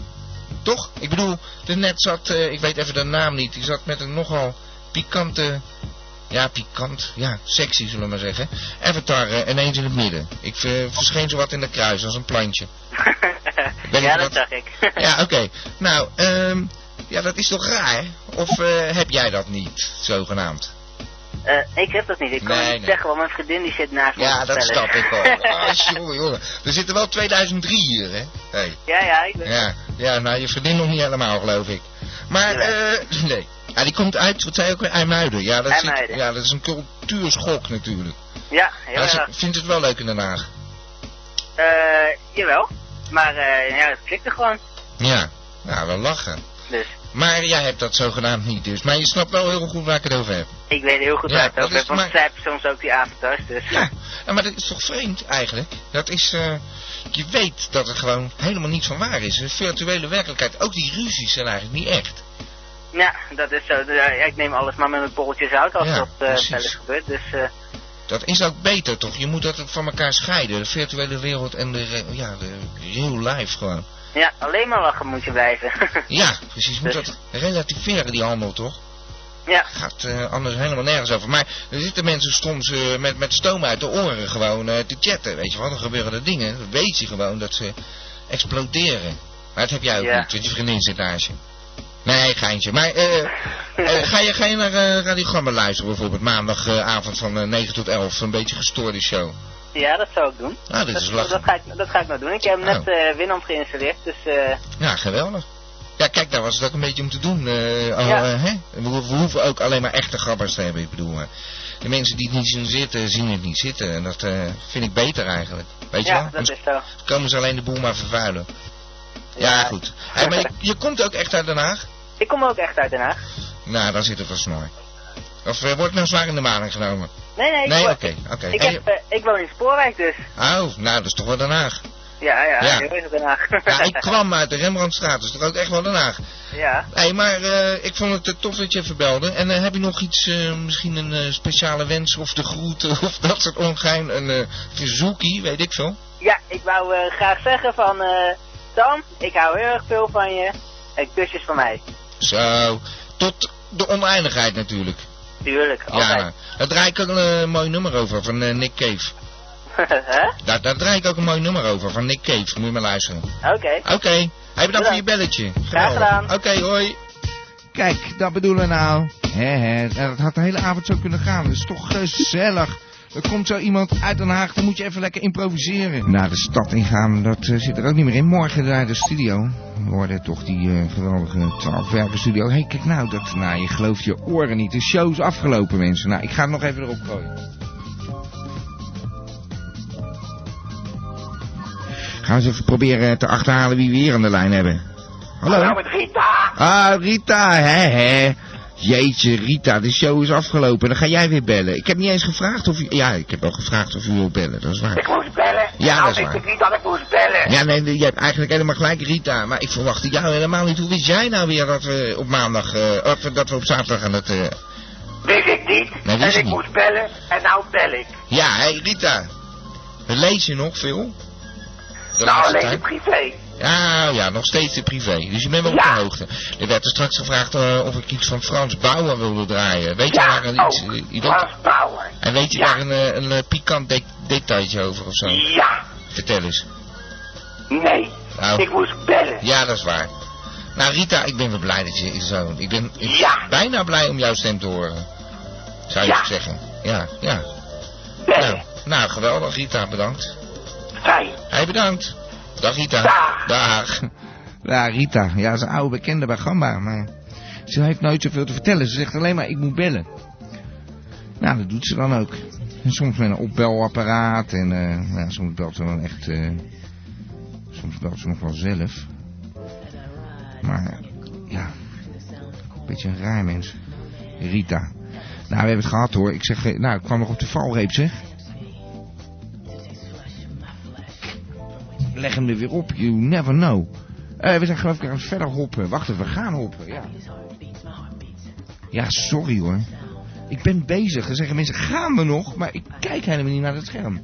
Toch? Ik bedoel, er net zat, eh, ik weet even de naam niet, die zat met een nogal pikante, ja, pikant, ja, sexy zullen we maar zeggen. Avatar eh, ineens in het midden. Ik eh, verscheen zo wat in de kruis, als een plantje. Ben ja ik dat dat- zag ik. Ja, oké. Nou, ehm, ja, dat is toch raar? Of eh, heb jij dat niet, zogenaamd? Eh, ik heb dat niet. Ik kan Nee, het niet nee. zeggen, want mijn vriendin die zit naast me. op Ja, het dat spellen. snap ik al. Ah, jongen, jongen. Er zitten wel 2003 hier, hè? Hey. ja, ja, ik ben... Ja, ja, nou, je verdient nog niet helemaal, geloof ik. Maar, eh, nee. Ja, die komt uit, wat zei je ook weer, IJmuiden. Ja, dat, Is, IJmuiden. ja, dat is een cultuurschok natuurlijk. Ja, heel Ja, erg. ze vindt het wel leuk in Den Haag. Eh, jawel. Maar eh, ja, het klikte gewoon. Ja, nou, wel lachen. Dus Maar jij hebt dat zogenaamd niet dus. Maar je snapt wel heel goed waar ik het over heb. ik weet heel goed Ja, waar het dat over is is, want maar- zij heeft soms ook die avatars, dus... Ja, en maar dat is toch vreemd eigenlijk? Dat is, eh, je weet dat het gewoon helemaal niet van waar is. De virtuele werkelijkheid, ook die ruzies zijn eigenlijk niet echt. Ja, dat is zo. Ja, ik neem alles maar met mijn borreltjes uit als Ja, dat eh, precies. wel eens gebeurt. Dus eh, Dat is ook beter toch? Je moet dat van elkaar scheiden. De virtuele wereld en de, re- ja, de real life gewoon. ja, alleen maar lachen moet je blijven. Ja, precies. Je moet dat relativeren, die handel toch? ja, Gaat eh, anders helemaal nergens over. Maar er zitten mensen soms eh, met, met stoom uit de oren gewoon eh, te chatten. Weet je wel, dan gebeuren er dingen. Dan weet je gewoon dat ze exploderen. Maar dat heb jij ook Ja. niet, want je vriendin zit naast je. Nee, geintje. Maar eh, eh, ga, je, ga je naar eh Radio Gamma luisteren bijvoorbeeld maandagavond van eh, 9 tot 11? Een beetje gestoorde show. ja, dat zou ik doen. Nou, dit Dat, is dat, lachen. ga ik, dat ga ik nou doen. Ik heb Oh. net eh Winamp geïnstalleerd, dus eh, Ja, geweldig. Ja, kijk, daar was het ook een beetje om te doen. eh, al, Ja. eh, hè? We, ho- we hoeven ook alleen maar echte grappers te hebben. Ik bedoel, eh, de mensen die het niet zien zitten, zien het niet zitten. En dat eh, vind ik beter eigenlijk. Weet je ja, wel? dat Anders is zo. komen ze alleen de boel maar vervuilen. Ja, Ja. goed. Hé, maar je, je komt ook echt uit Den Haag? Ik kom ook echt uit Den Haag. Nou, dan zit het wel snooi. Of eh, wordt nou zwaar in de maling genomen? Nee, nee, ik, Nee, wo- oké, oké. ik, Hey, heb, eh, ik woon in Spoorwijk, dus Oh, nou, dat is toch wel Den Haag. ja, ja, Ja. heel erg Den Haag. Ja, ik kwam uit de Rembrandtstraat, dus toch ook echt wel Den Haag. ja. Hé, maar eh, ik vond het eh, tof dat je even belde. En eh, heb je nog iets, eh, misschien een eh, speciale wens of de groeten of dat soort ongein? Een eh verzoekie, weet ik veel. Ja, ik wou eh, graag zeggen van, eh Dan, ik hou heel erg veel van je. En kusjes van mij. Zo, tot de oneindigheid natuurlijk. Tuurlijk, altijd. Ja, daar draai ik ook een eh, mooi nummer over van eh, Nick Cave. Hè? Daar, daar draai ik ook een mooi nummer over van Nick Cave, moet je maar luisteren. Oké. Oké, hey, bedankt voor je belletje. Geweldig. gedaan. Oké, hoi. Kijk, dat bedoelen we nou. Hè, hè. En dat had de hele avond zo kunnen gaan. Dat is toch gezellig. Er komt zo iemand uit Den Haag, dan moet je even lekker improviseren. Nou, de stad ingaan, dat eh, zit er ook niet meer in. Morgen daar de studio. We hoorden toch die eh, geweldige 12 werken studio. Hé, hey, kijk nou, dat, nou, je gelooft je oren niet. De show is afgelopen, mensen. Nou, ik ga het nog even erop gooien. Gaan we eens even proberen te achterhalen wie we hier aan de lijn hebben. Hallo. Nou, Ah, Rita, hè, hè. Jeetje, Rita, de show is afgelopen. Dan ga jij weer bellen. Ik heb niet eens gevraagd of u... Ja, ik heb wel gevraagd of u wil bellen, dat is waar. moest bellen. Ja, dat is waar. niet dat ik moest bellen. Ja, nee, nee, je hebt eigenlijk helemaal gelijk, Rita. Maar ik verwachtte jou helemaal niet. Hoe wist jij nou weer dat we op maandag... eh, of dat we op zaterdag aan het... eh, Wist ik niet. Nee, wist ik niet. bellen. En nou bel ik. Ja, hé, Rita. Lees je nog veel? De laatste tijd? Nou, privé. Ja, ja, nog steeds de privé. Dus je bent wel op Ja. de hoogte. Er werd er straks gevraagd eh, of ik iets van Frans Bauer wilde draaien. Weet je Ja, daar een iets... eh, ook. je weet- Frans Bauer. En weet je Ja. daar een, eh, een eh, pikant de- detailtje over of zo? Ja. Vertel eens. Nee. Nou. Ik moest bellen. Ja, dat is waar. Nou, Rita, ik ben wel blij dat je zo. Ik ben ik ben Ja. bijna blij om jouw stem te horen. Zou je Ja. zeggen? Ja, ja. Nou, Bellen. nou, geweldig, Rita, bedankt. Fijn. Hé, bedankt. Dag, Rita. Dag. Dag. Ja, Rita. Ja, ze is een oude bekende bij Gamba, maar ze heeft nooit zoveel te vertellen. Ze zegt alleen maar, ik moet bellen. Nou, dat doet ze dan ook. En soms met een opbelapparaat en eh, ja, soms belt ze dan echt... eh, soms belt ze nog wel zelf. Maar ja, een beetje een raar mens. Rita. Nou, we hebben het gehad hoor. Ik zeg, eh, nou, ik kwam nog op de valreep zeg. Leg hem er weer op, you never know. Eh, we zijn geloof ik aan het verder hoppen. Wacht even, we gaan hoppen, ja. Ja, sorry hoor. Ik ben bezig. Dan zeggen mensen, gaan we nog? Maar ik kijk helemaal niet naar het scherm.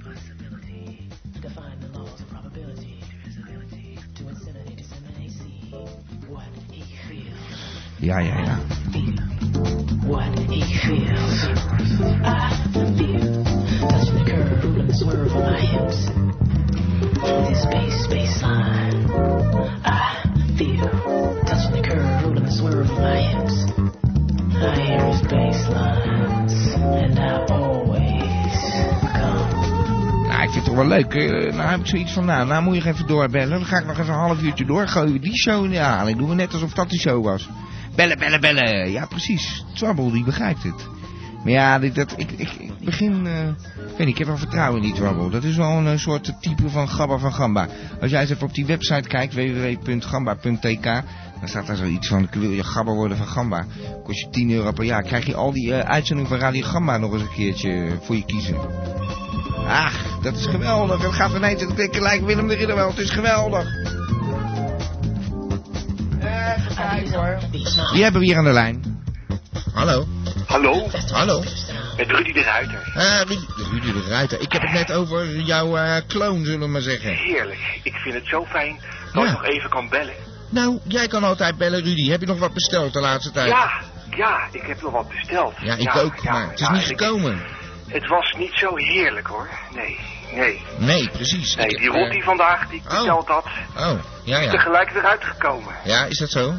Ja, ja, ja. What he feels. I feel. Touch the curve, root and swerve on my hips. This space, space line. I feel. Touch the curve, root and swerve on my hips. I hear his bass lines. And I always come. Nou, ik vind het toch wel leuk. Eh, nou heb ik zoiets van, nou, nou moet je nog even doorbellen. Dan ga ik nog even een half uurtje door. Gooien we die show in de haling. Doen we net alsof dat die show was. Bellen, bellen, bellen. Ja, precies. Trouble, die begrijpt het. Maar ja, dit, dat, ik, ik, ik begin... eh, ik weet niet, ik heb wel vertrouwen in die Trouble. Dat is wel een eh, soort type van Gabba van Gamba. Als jij eens even op die website kijkt, www.gamba.tk... dan staat daar zoiets van, ik wil je Gabba worden van Gamba. Kost je 10 euro per jaar. Krijg je al die eh, uitzendingen van Radio Gamba nog eens een keertje eh, voor je kiezen. Ach, dat is geweldig. Het gaat ineens het klikken lijkt Willem de Ridder wel. Het is geweldig. Wie hebben we hier aan de lijn? Hallo. Hallo, Hallo. met Rudy den Ruiter. Eh Rudy, Rudy de Ruiter. Ik heb het net over jouw eh kloon, zullen we maar zeggen. Heerlijk. Ik vind het zo fijn dat Ja. ik nog even kan bellen. Nou, jij kan altijd bellen, Rudy. Heb je nog wat besteld de laatste tijd? Ja, ja, ik heb nog wat besteld. Ja, ik ook, maar het is ja, niet ik- gekomen. Het was niet zo heerlijk hoor. Nee, nee. Nee, precies. Nee, Ik die heb, eh, rot die vandaag die ik oh. besteld had, Oh, ja, is ja. tegelijk eruit gekomen. Ja, is dat zo?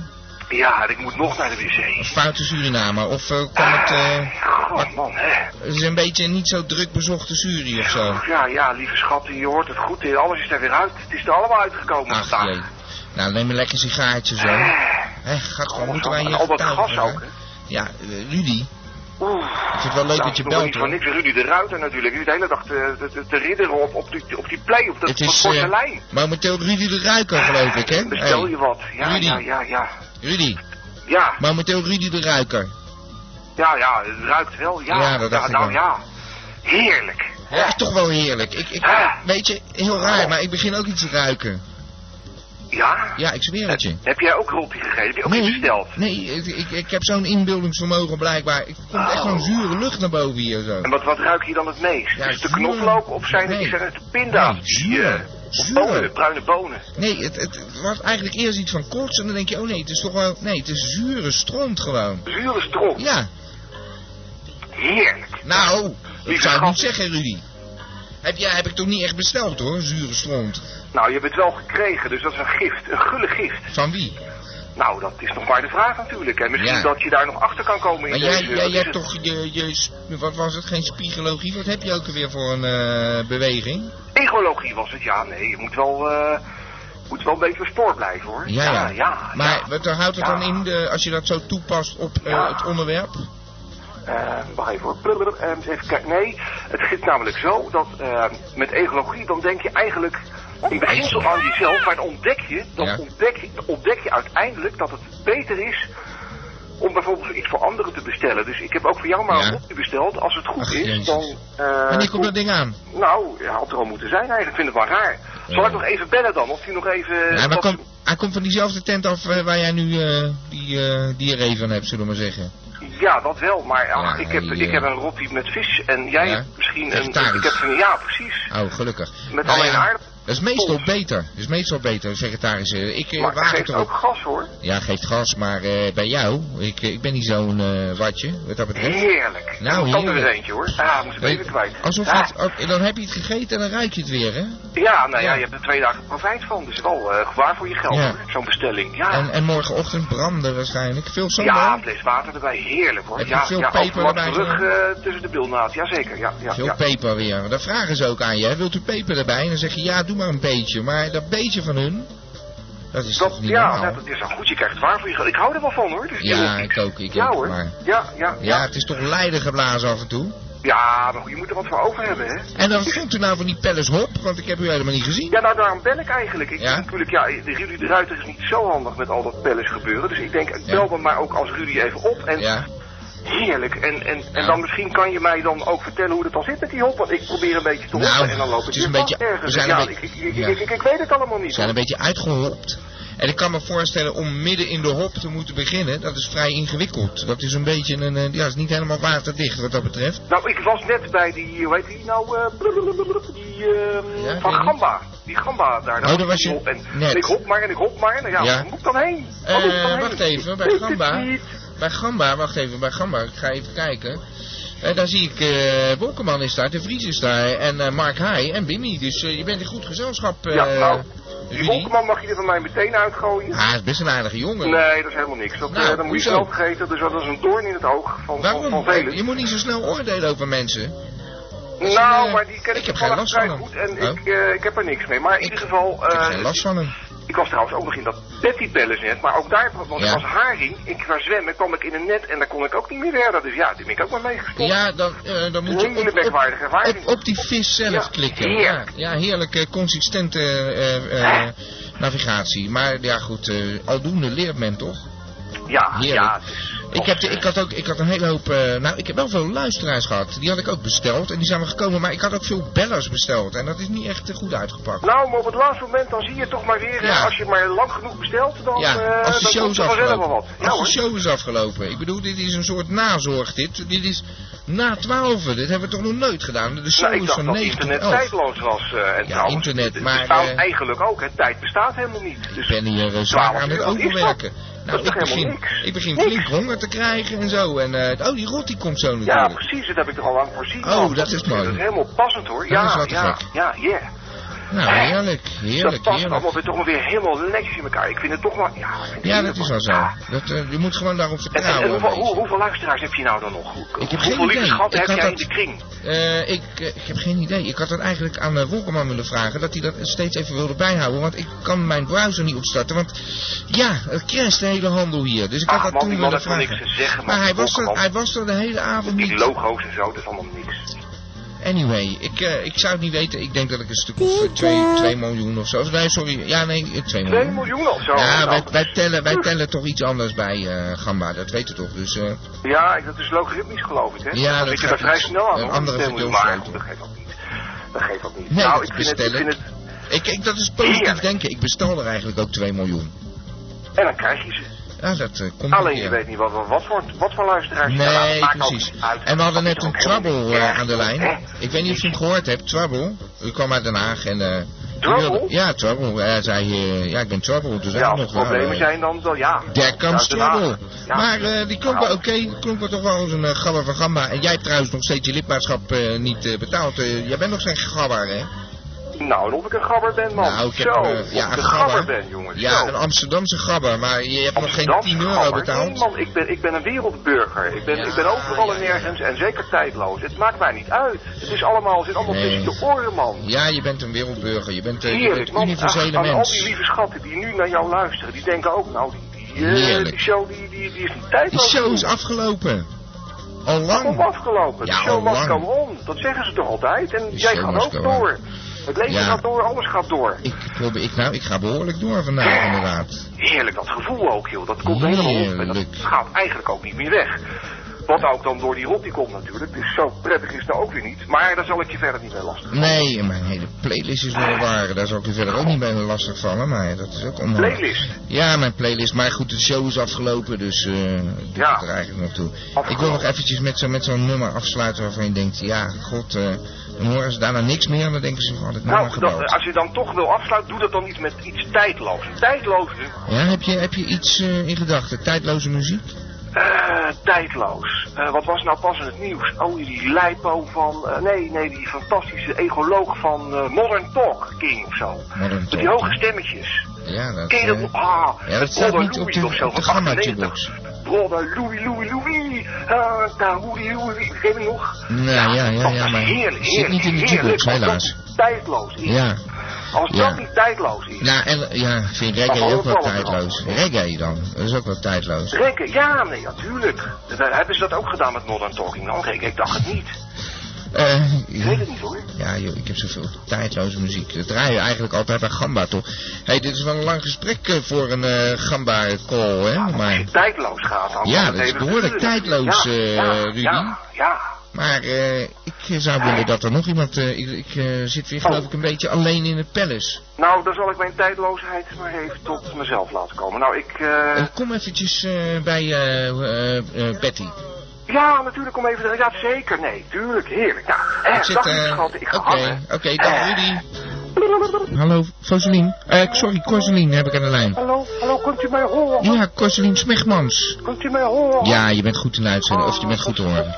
Ja, en ik moet nog naar de Een wc. foute Suriname? Of eh, kan het... eh, Goh, man, hè. het is een beetje een niet zo druk bezochte Suri of zo? Ja, ja, lieve schat, je hoort het goed. Eh, Alles is er weer uit. Het is er allemaal uitgekomen Ach, vandaag. jee. Nou, neem een lekker sigaartje zo. Eh, Hé, gaat gewoon, Alles moeten wij aan- hier en al dat aan tafel gas ook, gaan? Ja, eh, Rudy, Oeh. ik vind het wel leuk Nou, dat je het is nog belt niet voor hoor. niks Rudy de Ruiter natuurlijk. Die de hele dag te, te, te- te ridderen op, op, die, op die play, op dat Het is eh, porselein. momenteel Rudy de Ruiker geloof ik, hè? Bestel Hey, je wat. Ja, Rudy. ja, ja, ja. Rudy, Ja, momenteel Rudy de Ruiker. ja, ja, het ruikt wel. Ja, Ja, dat dacht ik wel. nou ja. Heerlijk. Ja, is toch wel heerlijk. Ik, ik, Ah. weet je, heel raar, maar ik begin ook iets te ruiken. Ja? Ja, ik zweer het je. Heb jij ook rottie gegeven? Heb je ook Nee, iets besteld? nee ik, ik, ik heb zo'n inbeeldingsvermogen blijkbaar. Ik komt echt Oh. zo'n zure lucht naar boven hier zo. En wat, wat ruik je dan het meest? Ja, is het de zuur. knoflook of zijn het, Nee. zijn het de pinda's? Nee, Die, zuur. eh, Of Zuur. bonen, bruine bonen. Nee, het, het, het was eigenlijk eerst iets van koorts en dan denk je, oh nee, het is toch wel... Nee, het is zure stront gewoon. Zure strop. Ja, Heerlijk. Nou, dat Lieve zou ik schat. niet zeggen, Rudy. Heb, jij, heb ik toch niet echt besteld hoor, zure stront. Nou, je hebt het wel gekregen, dus dat is een gift. Een gulle gift. Van wie? Nou, dat is nog maar de vraag natuurlijk. En misschien Ja. dat je daar nog achter kan komen Maar in jij, deze... wat jij is hebt het? toch je, je, s- wat was het, geen spiegologie? Wat heb je ook alweer voor een eh, beweging? Egologie was het, ja, nee. Je moet wel, eh, moet wel een beetje op sport blijven, hoor. Ja, ja. ja. ja, maar ja. wat houdt het Ja. dan in, de, als je dat zo toepast op eh, Ja. het onderwerp? Eh, wacht even hoor. Blubblub, eh, even kijken. Nee, het zit namelijk zo dat eh, met egologie dan denk je eigenlijk in beginsel aan jezelf, maar dan ontdek je, dan Ja. ontdek, je, ontdek je uiteindelijk dat het beter is om bijvoorbeeld iets voor anderen te bestellen. Dus ik heb ook voor jou maar Ja. een kopje besteld. Als het goed Ach, is, jezus. dan... eh, Wanneer komt dat ding aan? Nou, ja, had er al moeten zijn eigenlijk. Ik vind het maar raar. Zal Ja. ik nog even bellen dan? eh, Of hij nog even... ja, maar wat- kom, hij komt van diezelfde tent af eh, waar jij nu eh, die eh diarree van hebt, zullen we maar zeggen. Ja, dat wel. Maar ach, Ja, ik, heb, die, ik eh, heb een rotti met vis. En jij Ja. hebt misschien een... Vegetarisch. Ik heb een, ja, precies. Oh, gelukkig. Met Nou alleen ja, aardappelen. Dat is meestal Pols. beter. Dat is meestal beter, vegetarische. Ik eh, Maar het waag het geeft erop. ook gas hoor. Ja, geeft gas, maar eh, bij jou, ik, ik ben niet zo'n eh, watje, wat dat betreft. Heerlijk. Nou, kan er heerlijk. weer eentje hoor. Ah, moest ik even kwijt. Alsof Ah, het, oh, dan heb je het gegeten en dan ruik je het weer, hè? Ja, nou ja, Ja. je hebt er twee dagen profijt van. Dus wel eh gewaar voor je geld Ja. hoor. Zo'n bestelling. Ja. En, en morgenochtend branden waarschijnlijk. Veel sambal? ja, een fles water erbij. Heerlijk hoor. Heb je ja, veel ja, peper overlap erbij terug gedaan? eh, tussen de bilnaad. Jazeker. Ja, ja, Veel ja. peper weer. Dat vragen ze ook aan je, hè? Wilt u peper erbij? En dan zeg je, ja, doe maar een beetje. Maar dat beetje van hun, dat is Dat, toch niet ja, normaal? nou, dat is wel goed. Je krijgt waar voor je geld. Ik hou er wel van hoor. Dus Ja, heerlijk. ik ook, ik ja ook, hoor. maar- Ja, ja, ja, ja. het is toch lijden geblazen af en toe. Ja, maar goed, je moet er wat voor over hebben hè. En dan vond u nou van die Palace Hop, want ik heb u helemaal niet gezien. Ja, nou daarom bel ik eigenlijk. Ik Ja? natuurlijk, ja, de Rudy de Ruiter is niet zo handig met al dat pelles gebeuren. Dus ik denk, ik Ja. bel me maar ook als Rudy even op. En Ja. Heerlijk. En, en, en dan misschien kan je mij dan ook vertellen hoe het dan zit met die hop. Want ik probeer een beetje te horen en dan loop Nou, ik het is weer een vast beetje, we ergens. zijn ja, een beetje, ik, ik, ja. ik, ik, ik weet het allemaal we niet. zijn een beetje uitgeholpt. En ik kan me voorstellen om midden in de hop te moeten beginnen, dat is vrij ingewikkeld. Dat is een beetje een, eh, ja, is niet helemaal waterdicht wat dat betreft. Nou, ik was net bij die, hoe heet die nou, eh, blablabla, die ehm, Ja, ik van weet Gamba. Die Gamba daar. Oh, daar was je En, en net. ik hop maar en ik hop maar. Nou ja, Ja. waar moet ik dan heen? Waar moet ik dan Eh, heen? wacht even, Ik bij weet het Gamba. niet. Bij Gamba, wacht even, bij Gamba, ik ga even kijken. Eh, daar zie ik, eh Bolkeman is daar, De Vries is daar, en eh, Mark Heij en Bimmy. Dus eh, je bent in goed gezelschap, eh Ja, nou, Die Rudy. Wolkman mag je er van mij meteen uitgooien. Ah, hij is best een aardige jongen. Nee, dat is helemaal niks. Dat, Nou, eh, dat moet hoezo? je zelf vergeten. Dus dat is een doorn in het oog van, van, van Waarom? Eh, velen. Je moet niet zo snel oordelen over mensen. is een, Nou, eh, maar die ken ik ik, heb geen toevallig last van vrij hem. goed en Oh. ik, eh, ik heb er niks mee. Maar in Ik- ieder geval, Ik heb eh, geen last van hem. ik was trouwens ook nog in dat Betty Palace net, maar ook daar was Ja. ik als haring. Ik ga zwemmen, kwam ik in een net en daar kon ik ook niet meer verder. Dus ja, daar ben ik ook maar meegestopt. Ja, dan, eh, dan moet je Hele op, op, merkwaardige ervaring. op, op die vis zelf Ja, klikken. heerlijk. Ja, ja, heerlijke, consistente eh, eh, navigatie. Maar ja, goed, eh, aldoende leert men toch? ja, heerlijk. ja, het is- Ik, heb de- ik, had ook, ik had een hele hoop. eh, nou, ik heb wel veel luisteraars gehad. Die had ik ook besteld. En die zijn me gekomen. Maar ik had ook veel bellers besteld. En dat is niet echt eh, goed uitgepakt. Nou, maar op het laatste moment dan zie je toch maar weer, eh, Ja. als je maar lang genoeg bestelt, dan, Ja, eh, als de dan show komt is er vanzelf wel afgelopen. wat. Ja, hoor. als de show is afgelopen. Ik bedoel, dit is een soort nazorg dit. Dit is na 12. Dit hebben we toch nog nooit gedaan. De show Nou, ik is dacht van dat 9 tot internet 11. tijdloos was. eh, en Ja, trouwens, internet, het maar, bestaat eh, eigenlijk ook, hè. Tijd bestaat helemaal niet. Dus Ik ben hier eh, zwaar 12 aan het uur, wat is dat? overwerken. Nou, Dat is ik toch begin, helemaal niks? ik begin Niks. flink honger te krijgen en zo. En eh, oh, die rot die komt zo Ja, natuurlijk. precies, dat heb ik er al aan voorzien. Oh, dat is mooi. Dat is helemaal passend hoor. Dat Ja, is wat te ja, gek. ja, yeah. Dus nou, heerlijk, dat heerlijk, past heerlijk. allemaal weer toch wel weer helemaal lekker in elkaar. Ik vind het toch wel. Ja, ik vind het Ja, dat heerlijk, is wel man. zo. Ja. Dat, eh, je moet gewoon daarop En, en- en vertrouwen. hoeveel, weet je. hoe- hoeveel luisteraars heb je nou dan nog? Hoe- heb geen hoeveel idee. liefdeschatten Ik heb had jij in dat- de kring? Eh, ik, eh, ik heb geen idee. Ik had dat eigenlijk aan eh, Wolkerman willen vragen. Dat hij dat steeds even wilde bijhouden. Want ik kan mijn browser niet opstarten. Want ja, het crasht de hele handel hier. Dus ik had Ah, dat man, toen die man willen heeft wel vragen. niks te zeggen, maar man. hij was, er, Wolkerman. hij was er de hele avond Die niet. logo's en zo, dat is allemaal niks. Anyway, ik, eh, ik zou het niet weten. Ik denk dat ik een stuk of 2 miljoen of zo. Nee, sorry. Ja, nee, 2 2 miljoen. miljoen of zo. Ja, Nou, wij, wij, tellen, wij tellen toch iets anders bij eh, Gamba, dat weet je toch. Dus eh, Ja, dat is logaritmisch geloof ik, hè? Ja, dat weet je gaat daar vrij iets- snel aan. een hoor. andere Dat moet je verdeelsleutel. maar goed, Dat geeft ook niet. Dat geeft ook niet. Nee, nou, dat ik vind, het, ik bestel ik. vind het... ik, ik, dat is positief Heerlijk. denken. Ik bestel er eigenlijk ook 2 miljoen. En dan krijg je ze. Ja, dat eh, komt Alleen wel je weer. weet niet wat, wat, wat voor, wat voor luisteraars je daar aan- Nee, maakt ook precies. niet uit. En we hadden Dat net is een ook helemaal Trouble niet eh, erg. aan de Hè? lijn. Ik weet niet of je hem gehoord hebt, Trouble. U kwam uit Den Haag en... eh, die Trouble? wilde- Ja, Trouble. Hij zei, eh, ja, ik ben Trouble. Dus Ja, hij als er nog wel... problemen eh, zijn dan, dan ja. Daar comes Uit Den Haag. trouble. Ja. Maar eh, die klonk wel Nou, oké, die klonk wel toch wel als een eh, gabber van Gamba. En jij hebt trouwens nog steeds je lidmaatschap eh, niet eh, betaald. Eh, jij bent nog geen gabber, hè? Nou, en of ik een gabber ben, man. nou, ik heb Zo, eh, of ja, ik een een gabber. gabber ben, jongens. ja, Zo. een Amsterdamse gabber, maar je hebt nog geen Amsterdamse 10 euro gabber. betaald. Nee, man, ik ben, ik ben een wereldburger. Ik ben, Ja, ik ben overal ja, en ja. nergens en zeker tijdloos. Het maakt mij niet uit. Het is allemaal, het zit allemaal Nee. tussen je oren, man. Ja, je bent een wereldburger, je bent, eh, je bent Heerlijk, een man. universele Ach, aan al die mens. lieve schatten die nu naar jou luisteren, die denken ook, nou, die, die, eh, Heerlijk. die show die, die, die is niet Die tijdloos. show is afgelopen. Al Kom lang. afgelopen. Ja, de show al must lang. go on. Dat zeggen ze toch altijd? En De jij show gaat must ook go on. door. Het leven Ja. gaat door, alles gaat door. Ik, probeer, ik, nou, ik ga behoorlijk door vandaag, inderdaad. Heerlijk, dat gevoel ook, joh. Dat komt helemaal op. En dat Heerlijk. gaat eigenlijk ook niet meer weg. Wat ook dan door die rot die komt natuurlijk. Dus zo prettig is het nou ook weer niet. Maar daar zal ik je verder niet mee lastig. Nee, en mijn hele playlist is Ah. wel waar. Daar zal ik u verder ook niet mee lastig vallen, maar ja, dat is ook onhandig. Playlist. Ja, mijn playlist. Maar goed, de show is afgelopen, dus eh doet Ja. het er eigenlijk nog toe. Ik wil nog eventjes met zo'n met zo'n nummer afsluiten waarvan je denkt, ja, god, eh, dan horen ze daarna niks meer en dan denken ze, had ik nou, maar Nou, dat, gebeld. als je dan toch wil afsluiten, doe dat dan iets met iets tijdloos. Tijdloos nu. Ja, heb je, heb je iets eh, in gedachten? Tijdloze muziek? Eh, tijdloos. Eh, wat was nou pas in het nieuws? Oh, die Lipo van... eh, nee, nee, die fantastische egoloog van eh, Modern Talk King of zo. Modern Met Talk die hoge King. stemmetjes. Ja, dat, Ken je eh, dat? Ah, ja, dat staat Brother niet op Louis de, of zo, op de van gammaatje 98. box. Brother Louis, Louis, Louis. Ah, daar, Louis, Louis. Ken je hem nog? Nou ja, ja, Dat ja, is maar heerlijk, zit niet in de heerlijk, jukebox, heerlijk. Als helaas. dat niet tijdloos is. Ja. Als dat Ja. niet tijdloos is. Nou, en ja, vind reggae Maar ook wel overal wel. tijdloos. Reggae dan, dat is ook wel tijdloos. Rekken, ja, nee, natuurlijk. Hebben ze dat ook gedaan met Modern Talking? Nou, Rekken, ik dacht het niet. Eh, Ik weet het niet hoor. ja, joh, ik heb zoveel tijdloze muziek. Dat draai je eigenlijk altijd aan gamba, toch? hey, dit is wel een lang gesprek eh, voor een eh gamba-call, hè? Als Maar, je tijdloos gaat, dan Ja, kan het dat is even behoorlijk duren. tijdloos, ja, eh, ja, Rudy. Ja, ja. maar eh, ik zou willen dat er nog iemand... eh, ik ik eh, zit weer, geloof ik, een beetje alleen in het palace. Nou, dan zal ik mijn tijdloosheid maar even tot mezelf laten komen. Nou, ik... eh, Eh, kom eventjes eh, bij eh, eh, eh, Betty. Ja, natuurlijk om even... Ja, zeker. Nee, tuurlijk. Heerlijk. Nou, eh, Ik zit, dag, eh, schat. Ik ga Oké, hangen. Eh. oké, dag Rudy. Hallo, Foseline. Eh, sorry, Corseline heb ik aan de lijn. Hallo, hallo, kunt u mij horen? Ja, Corseline Smegmans. Kunt u mij horen? Ja, je bent goed in de uitzending, of je bent goed te horen.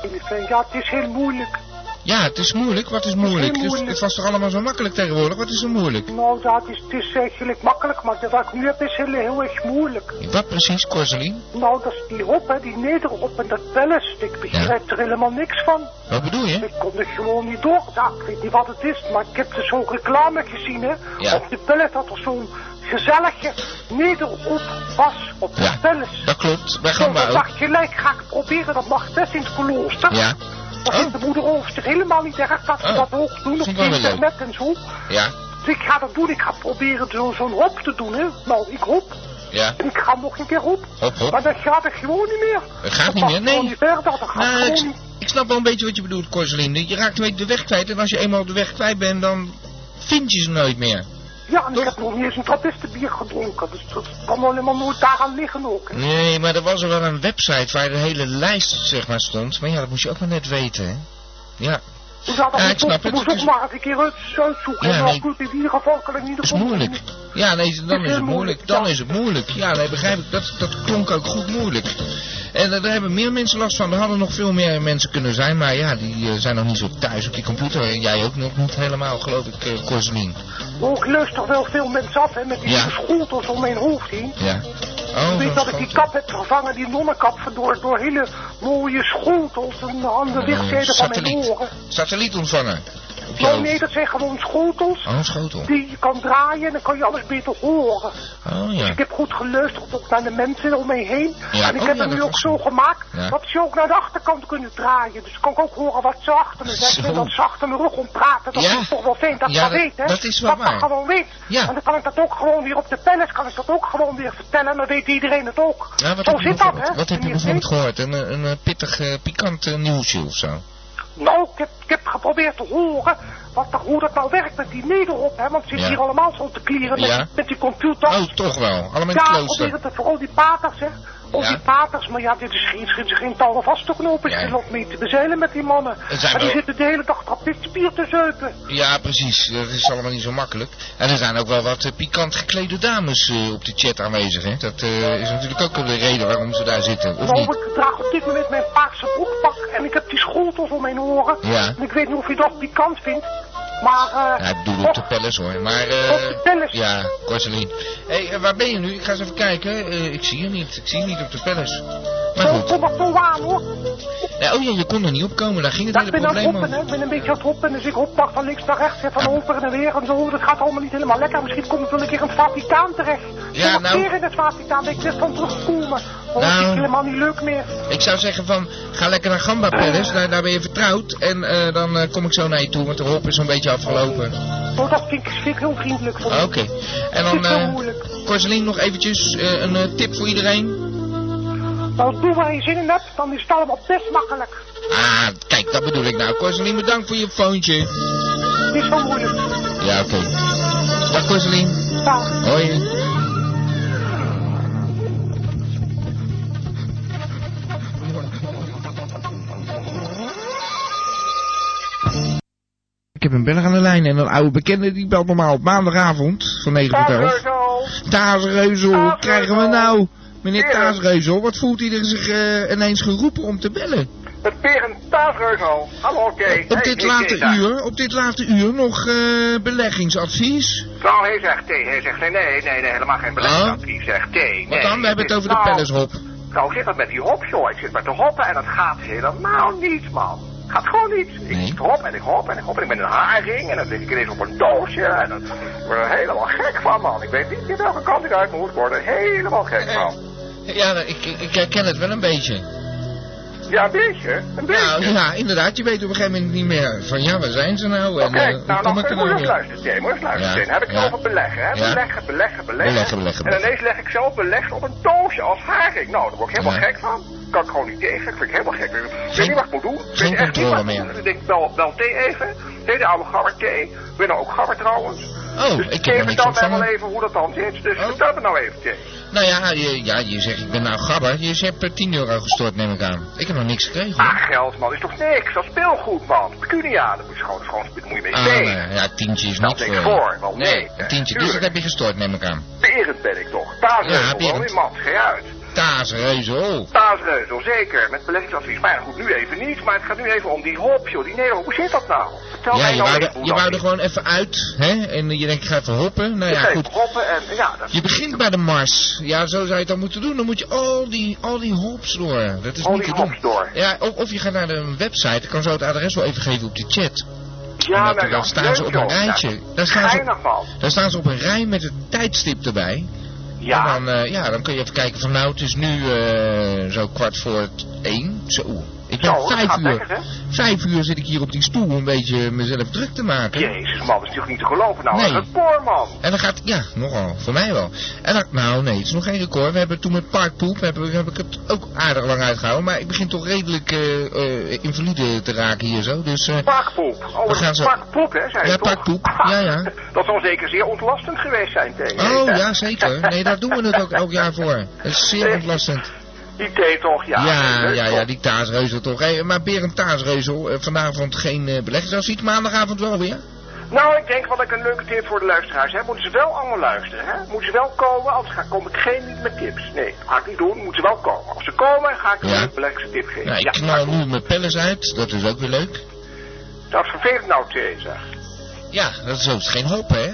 Ja, het is heel moeilijk. Ja, het is moeilijk. Wat is moeilijk? Het, is, het was toch allemaal zo makkelijk tegenwoordig? Wat is er moeilijk? Nou, dat is, het is eigenlijk makkelijk, maar dat wat ik nu heb is heel, heel erg moeilijk. Wat precies, Corseline? Nou, dat is die hop, hè, die nederhop en dat bellest. Ik begrijp er helemaal niks van. Wat bedoel je? Ik kom er gewoon niet door. Ja, ik weet niet wat het is, maar ik heb dus zo'n reclame gezien, hè. Ja. Op de pellet had er zo'n gezellige nederop was op de Ja. pellet. Dat klopt, bij Zo, Gamba ik ook. dacht gelijk, ga ik proberen, dat mag best in het klooster. Ja, Dat vindt de moeder Ooster helemaal niet erg dat ze Oh. dat ook doen op Vind ik wel weer leuk. internet en zo. ja, Dus ik ga dat doen, ik ga proberen zo- zo'n hop te doen, hè. Nou, ik hop. ja. En ik ga nog een keer hop. Hop, hop. Maar dat gaat er gewoon niet meer. Het gaat niet mag meer, nee. gewoon niet verder, dat gaat Nou, gewoon ik, niet. ik snap wel een beetje wat je bedoelt, Corseline. Je raakt een beetje de weg kwijt en als je eenmaal de weg kwijt bent, dan vind je ze nooit meer. Ja, en ik heb nog niet eens een trappistenbier gedronken. Dus dat kan wel helemaal nooit daaraan liggen ook. hè. Nee, maar er was er wel een website waar de hele lijst zeg maar stond. Maar ja, dat moest je ook maar net weten, hè? Ja, Dus ja, dat Ja, ik moet snap ook- het, moest het ook is- maar eens een keer uit, uitzoeken. Ja, en nee. dan goed, in ieder geval kan ik niet dat is moeilijk. Ja, nee, dan is het moeilijk. Dan is het moeilijk. Ja, nee, begrijp ik. Dat, dat klonk ook goed moeilijk. En eh, daar hebben meer mensen last van. Er hadden nog veel meer mensen kunnen zijn. Maar ja, die eh, zijn nog niet zo thuis op die computer. En jij ook nog niet helemaal, geloof ik, eh Corseline. Ook ik luister wel veel mensen af, hè, met die Ja. schooltels om mijn hoofd heen. Ja. Ik Oh, weet dat ik die grote- kap heb vervangen, die nonnenkap, door, door hele mooie schotels en aan de Eh, wegzijde van mijn satelliet. oren. Satelliet ontvangen. Op je Nou, nee, hoofd. dat zijn gewoon schotels Oh, schotel. die je kan draaien en dan kan je alles beter horen. Oh Dus ja. ik heb goed geluisterd ook naar de mensen om mij heen. Ja, en ik oh, heb ja, hem nu dat ook was- zo gemaakt Ja. dat ze ook naar de achterkant kunnen draaien. Dus kan ik ook horen wat ze achter me Zo. zeggen. En dat ze achter mijn rug om praten. Dat Ja. is toch wel fijn dat Ja, ik dat dat- weet, hè? dat is wel dat ik waar. dat gewoon weet. Ja. En dan kan ik dat ook gewoon weer op de palace, kan ik dat ook gewoon weer vertellen. En dan weet iedereen het ook. Ja, wat zo heb je Oh, zit dat, bijvoorbeeld, hè? wat heb je meneer bijvoorbeeld Vink? gehoord? Een, eh, een, eh, pittig, eh, pikant eh, nieuwsje of zo? Nou, ik heb, ik heb geprobeerd te horen wat, er- hoe dat nou werkt met die nederop, hè? Want ze Ja. zitten hier allemaal zo te klieren met, Ja. met die computer. Oh, toch wel. Allemaal in het Ja, klooster. proberen te vooral die paters, hè. Al Ja. die paters, maar ja, dit is geen, geen, geen touwen vast te knopen. Nee. Ze loopt mee te bezeilen met die mannen. Er zijn en die wel- zitten de hele dag trappistenbier te zuipen. Ja, precies. Dat is allemaal niet zo makkelijk. En er zijn ook wel wat eh, pikant geklede dames eh, op de chat aanwezig, hè? Dat eh, is natuurlijk ook de reden waarom ze daar zitten, of Nou, niet? ik draag op dit moment mijn paarse broekpak en ik heb die schotels om mijn oren. Ja. En ik weet niet of je dat pikant vindt, maar... eh Ja, ik bedoel op de palace hoor, maar... Op de eh palace? ja, Corseline. Hé, eh, waar ben je nu? Ik ga eens even kijken. Eh, ik zie je niet. Ik zie je niet op de palace. Maar zo, goed. kom maar zo aan, hoor. Nou, oh ja, je kon er niet opkomen. Daar ging het Ja, ik hele ben aan het probleem hoppen, om. hè. Ik ben een beetje aan het hoppen, dus ik hop maar van links naar rechts en van over en weer en zo. Dat gaat allemaal niet helemaal lekker. Misschien kom ik wel een keer in het Vaticaan terecht. Ja, Nog nou- keer in het Vaticaan, dat ik weer van terugkomen. Oh, Nou. dat is helemaal niet leuk meer. Ik zou zeggen van, ga lekker naar Gamba Palace. Daar, daar ben je vertrouwd. En eh, dan eh, kom ik zo naar je toe, want de hop is zo'n beetje afgelopen. Oh, dat vind ik, vind ik heel vriendelijk van Ah, Oké. je. En Dat dan, is heel eh moeilijk. Corseline, nog eventjes eh, een eh, tip voor iedereen. Nou, doe waar je zin in hebt, dan is het allemaal best makkelijk. Ah, kijk, dat bedoel ik nou. Corseline, bedankt voor je foontje. Het is zo moeilijk. Ja, oké. Dag Corseline. Nou, Hoi. Ik heb een beller aan de lijn en een oude bekende die belt normaal op maandagavond van 9 tot 11. Taasreuzel, wat krijgen we nou? Meneer Taasreuzel, wat voelt iedereen zich eh, ineens geroepen om te bellen? Het Berend Taasreugel. Hallo, oké. Op dit late uur, op dit late uur nog eh, beleggingsadvies? Nou, hij zegt nee. Hij zegt nee, nee, nee, nee helemaal geen beleidsadvies. Zegt nee, nee. Want dan, we hebben het over de Nou, pellishop. Nou zit dat met die hop, joh. Ik zit maar te hoppen en dat gaat helemaal niet, man. Gaat gewoon niet. Nee. Ik hop en ik hop en ik hop en ik ben in een haring en dan lig ik ineens op een doosje en dan ik word er helemaal gek van, man. Ik weet niet meer welke kant ik uit moet worden. Helemaal gek van. Ja, ik, ik, ik herken het wel een beetje. Ja, een beetje. Een beetje. Nou, ja, inderdaad. Je weet op een gegeven moment niet meer van ja, waar zijn ze nou? En, eh, Kijk, hoe nou, kom dan ik er moet nou je weer? luisteren, Jim. Moet je luisteren, Ja, Jim. Heb ik het ja. over beleggen, hè? Ja. Beleggen, beleggen, beleggen. Beleggen, beleggen, En ineens beleggen. leg ik zelf beleggen op een doosje als haring. Nou, daar word ik helemaal Ja. gek van. Kan ik gewoon niet tegen. Ik vind het helemaal gek. Ik weet Geen- niet wat ik moet doen. Ik geen weet echt niet controle wat ik meer. moet doen. Ik denk, bel, bel thee even. Hele oude gabber thee. Ik ben nou ook gabber trouwens. Oh, dus ik heb er vertel niks op mij wel van. even hoe dat dan zit. Dus Oh. vertel me nou even, Jim. Nou ja je, ja, je zegt ik ben nou gabber. Je hebt eh, 10 euro gestort, neem ik aan. Ik heb nog niks gekregen. Ah, hoor. geld, man. Is toch niks? Dat is speelgoed, man. Pecunia, dat moet je gewoon, dat is gewoon- dat moet je mee Ah, spelen. nee, ja, tientje is Dat niet niks veel. voor, wel nee, nee, hè, een tientje. Dus tuurlijk. dat heb je gestort, neem ik aan. Berend ben ik toch. Paasreuzel, Ja, ja, Berend. in mand, schei uit. Taasreuzel. Oh. Paasreuzel, zeker. Met beleggingsadvies. Maar ja, goed, nu even niet. Maar het gaat nu even om die hop, joh. Die Nederland. Hoe zit dat nou? Vertel Ja, mij je nou wou, even er, hoe je dat wou er zit. gewoon even uit, hè? En eh, je denkt, ik ga even hoppen. Nou Ik ja, ga goed. even hoppen en ja, dat Je begint bij de Mars. Ja, zo zou je het dan moeten doen. Dan moet je al die, al die hops door. Dat is al niet die te doen. hops door. Ja, of, of je gaat naar de website. Ik kan zo het adres wel even geven op de chat. Ja, nou, dan staan ze op een rijtje. Daar staan ze op- Geinig, man. Daar staan ze op een rij met het tijdstip erbij. En Ja, dan, eh, ja, dan kun je even kijken van nou, het is nu eh, zo kwart voor het één. Zo. Ik ben Zo, dat vijf gaat uur. lekker, hè? Vijf uur zit ik hier op die stoel een beetje mezelf druk te maken. jezus, man. Dat is natuurlijk niet te geloven. Nou, Nee. een record, man. En dan gaat, ja, nogal, voor mij wel. En dan, nou nee, het is nog geen record. We hebben toen met Parkpoep, heb, heb ik het ook aardig lang uitgehouden. Maar ik begin toch redelijk eh, eh, invalide te raken hier zo. Dus eh, Pakpoep. Oh, We gaan dat zo- is pakpoep, hè, zei Ja, je toch? pakpoep. Ja, ja. dat zal zeker zeer ontlastend geweest zijn tegen je, Oh hè? ja, zeker. Nee, daar doen we het ook elk jaar voor. Dat is zeer Eh, ontlastend. Die thee toch, ja. ja, Leuk, ja, toch? ja, die taasreuzel toch. Hey, maar Berend Taasreuzel, eh, vanavond geen eh beleggingsadvies, maandagavond wel weer. Nou, ik denk wel dat ik een leuke tip voor de luisteraars heb. Moeten ze wel allemaal luisteren, hè? Moeten ze wel komen, anders ga, kom ik geen niet met tips. Nee, ga ik niet doen, moeten ze wel komen. Als ze komen, ga ik Ja. een een belangrijkste tip geven. Nou, ik ja, knal maar goed. nu mijn pellets uit, dat is ook weer leuk. Dat is vervelend nou, Theresa. Ja, dat is ook geen hop, hè?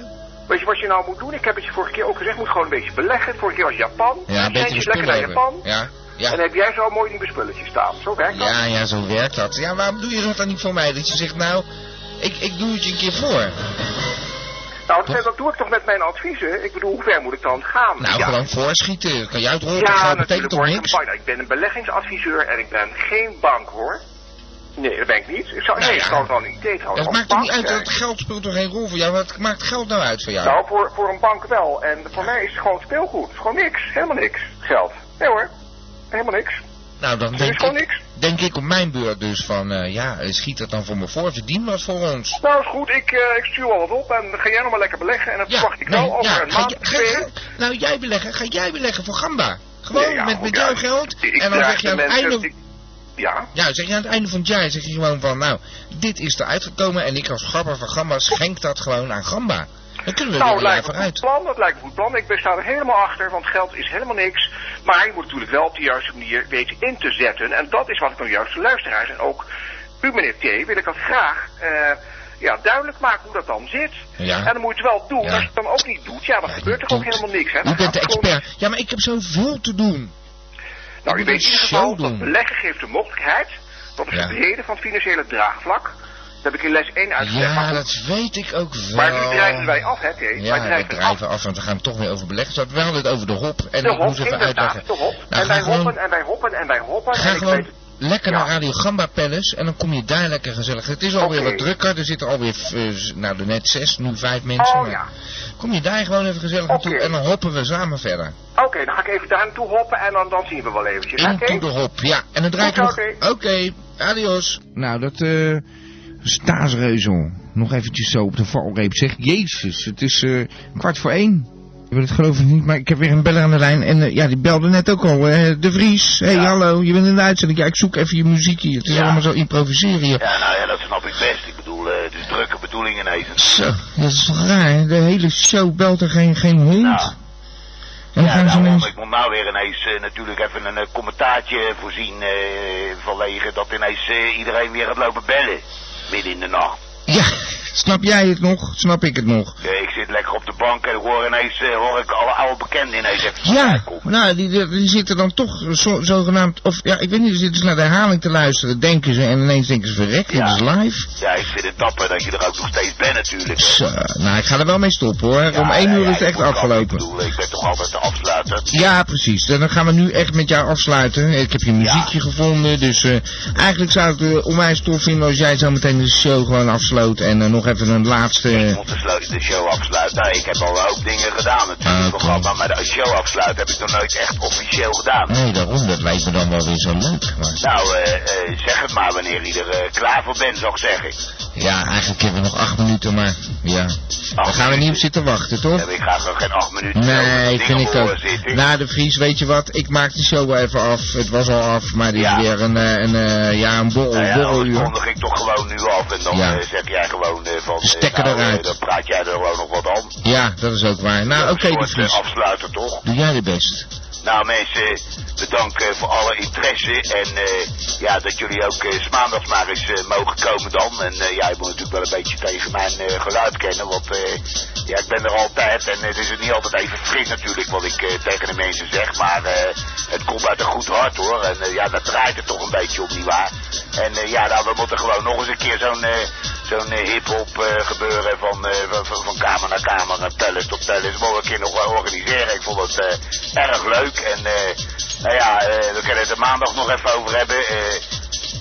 Weet je wat je nou moet doen? Ik heb het je vorige keer ook gezegd, moet gewoon een beetje beleggen. Vorige keer was Japan. Ja, een Dan beetje zet je lekker naar spullen Japan. hebben. Ja, ja. En dan heb jij zo mooi die spulletjes staan. Zo werkt dat. Ja, ja, zo werkt dat. Ja, waarom doe je dat dan niet voor mij? Dat je zegt, nou, ik, ik doe het je een keer voor. Nou, dat, dat doe ik toch met mijn adviezen? Ik bedoel, hoe ver moet ik dan gaan? Nou, ja. gewoon voorschieten. Dat kan jij het horen, Ja, dat betekent natuurlijk toch hoor ik niks? een bank. Ik ben een beleggingsadviseur en ik ben geen bank hoor. Nee, dat ben ik niet. Ik Nou zou, nee, ja. ik zou het wel niet tegen. houden. Dat Als maakt toch niet bank uit, dat werkt. geld speelt toch geen rol voor jou? Wat maakt geld nou uit voor jou? Nou, voor, voor een bank wel. En voor mij is het gewoon speelgoed. Het is gewoon niks. Helemaal niks. Geld. Nee hoor. Helemaal niks. Nou, dan Er is denk gewoon ik, niks. denk ik op mijn beurt dus van, eh, ja, eh, schiet dat dan voor me voor, verdien wat voor ons. Nou, is goed. Ik, eh, ik stuur al wat op en dan ga jij nog maar lekker beleggen. En dan Ja, verwacht ik wel nee, over ja, een ga maand j- of ga- twee. ga- nou, jij beleggen, ga jij beleggen voor Gamba. Gewoon Nee, ja, met, met ja. jouw geld. Ik- ik en dan draag zeg je de aan het mensen einde... die- Ja. Ja, zeg je aan het einde van het jaar zeg je gewoon van, nou, dit is eruit gekomen en ik als gabber van Gamba schenk dat gewoon aan Gamba. Dan kunnen we weer Nou, een jaar lijkt me een goed vooruit. plan, dat lijkt me een goed plan. Ik ben- sta er helemaal achter, want geld is helemaal niks. Maar je moet natuurlijk wel op de juiste manier weten in te zetten. En dat is wat ik nou juist de luisteraars en ook u, meneer T, wil ik dat graag eh, ja, duidelijk maken hoe dat dan zit. Ja. En dan moet je het wel doen. Ja. Als je het dan ook niet doet, ja, dan Ja, gebeurt er ook doet- helemaal niks. Hè? Nou, U Dan bent de gaat het expert. Ja, maar ik heb zoveel te doen. gewoon- Nou, u moet weet het in ieder zo geval, dat doen. beleggen geeft de mogelijkheid tot het Ja. verbreden van het financiële draagvlak. Dat heb ik in les 1 uitgelegd. Ja, Maar- dat weet ik ook wel. Maar nu drijven wij af, hè, T? wij Ja, we drijven af. drijven af, want we gaan het toch weer over beleggen. Dus We hadden het over de hop. En de ik hop, moest even inderdaad, uitleggen. de hop. Nou, ga en wij gewoon- hoppen en wij hoppen en wij hoppen. en Ga ik gewoon weet- lekker Ja. naar Radio Gamba Palace en dan kom je daar lekker gezellig. Het is alweer Oké. wat drukker, er zitten alweer, eh, z- nou er net zes, nu vijf mensen. Oh, maar ja. Kom je daar gewoon even gezellig naartoe Oké. en dan hoppen we samen verder. Oké, dan ga ik even daar naartoe hoppen en dan, dan zien we wel eventjes. In Oké? toe de hop, ja. En dan draai ik Goed, nog... oké. Oké, adios. Nou, dat eh staatsreuzel. Nog eventjes zo op de valreep. Zeg, jezus, het is eh, kwart voor één. Ik wil het geloof ik niet, maar ik heb weer een beller aan de lijn. En eh, ja, die belde net ook al. eh, de Vries, hey, hallo, je bent in de uitzending. Ja, ik zoek even je muziek hier. Het is Ja. allemaal zo improviseren hier. Ja, nou ja, dat snap ik best. Ik bedoel, eh, het is drukke bedoelingen ineens. Zo, dat is toch raar. hè? De hele show belt er geen, geen hond. Nou. en dan Ja, gaan ze nou, ineens- ik moet nou weer ineens eh, natuurlijk even een eh, commentaartje voorzien eh vanwege dat ineens eh, iedereen weer gaat lopen bellen. Midden in de nacht. Ja, Snap jij het nog? Snap ik het nog? Eh, ik zit lekker op de bank en ik hoor ineens eh, hoor ik alle oude bekenden ineens even. Ja, nou, die, die, die zitten dan toch zo, zogenaamd, of ja, ik weet niet, die zitten ze naar de herhaling te luisteren, denken ze, en ineens denken ze, verrek, dit is live. Ja, ik vind het dapper dat je er ook nog steeds bent natuurlijk. Zo, nou, ik ga er wel mee stoppen hoor, om Ja, één ja, uur ja, is het ik echt moet ook- Ik afgelopen. bedoel, ik ben toch altijd de afsluiter. Ja, precies. Dan gaan we nu echt met jou afsluiten. Ik heb je muziekje gevonden, dus eh, eigenlijk zou ik het eh, onwijs tof vinden als jij zo meteen de show gewoon afsloot en eh, nog even een laatste... eh, De, slu- de show afsluiten. Nou, ik heb al een hoop dingen gedaan Ah, natuurlijk. programma, maar de show afsluiten heb ik nog nooit echt officieel gedaan. Nee, daarom, dat lijkt me dan wel weer zo leuk. Maar... Nou, eh, eh, zeg het maar wanneer je er eh, klaar voor bent, zou ik zeggen. Ja, eigenlijk hebben we nog acht minuten, maar ja. Daar gaan we niet op zitten wachten, toch? Ik ga gewoon geen acht minuten Nee, over vind ik dingen ook. voorzitten. Na de Vries, weet je wat? Ik maak de show wel even af. Het was al af, maar dit Ja. is weer een, eh, een, eh, ja, een borrel, Nou ja, dat borreluur. kondig ik toch gewoon nu af en dan Ja. eh, zeg jij gewoon eh, van... eh, stekker nou, eh, eruit. Dan praat jij er gewoon nog wat aan. Ja, dat is ook waar. Nou, Een oké, de soort, eh, Vries. afsluiter toch? Doe jij de best. Nou mensen, bedankt eh, voor alle interesse en eh, ja, dat jullie ook eh, 's maandags maar eens eh, mogen komen dan. En eh, ja, je moet natuurlijk wel een beetje tegen mijn eh, geluid kennen, want eh, ja, ik ben er altijd en eh, het is het niet altijd even fris natuurlijk wat ik eh, tegen de mensen zeg. Maar eh, het komt uit een goed hart hoor en eh, ja, dat draait er toch een beetje om, nietwaar? En eh, ja, nou, we moeten gewoon nog eens een keer zo'n... eh, zo'n eh, hip-hop eh, gebeuren van, eh, van, van, van kamer naar kamer, naar palace tot palace. Mogen we een keer nog wel organiseren. Ik vond het eh, erg leuk. En eh, nou ja, eh, we kunnen het er maandag nog even over hebben. Eh,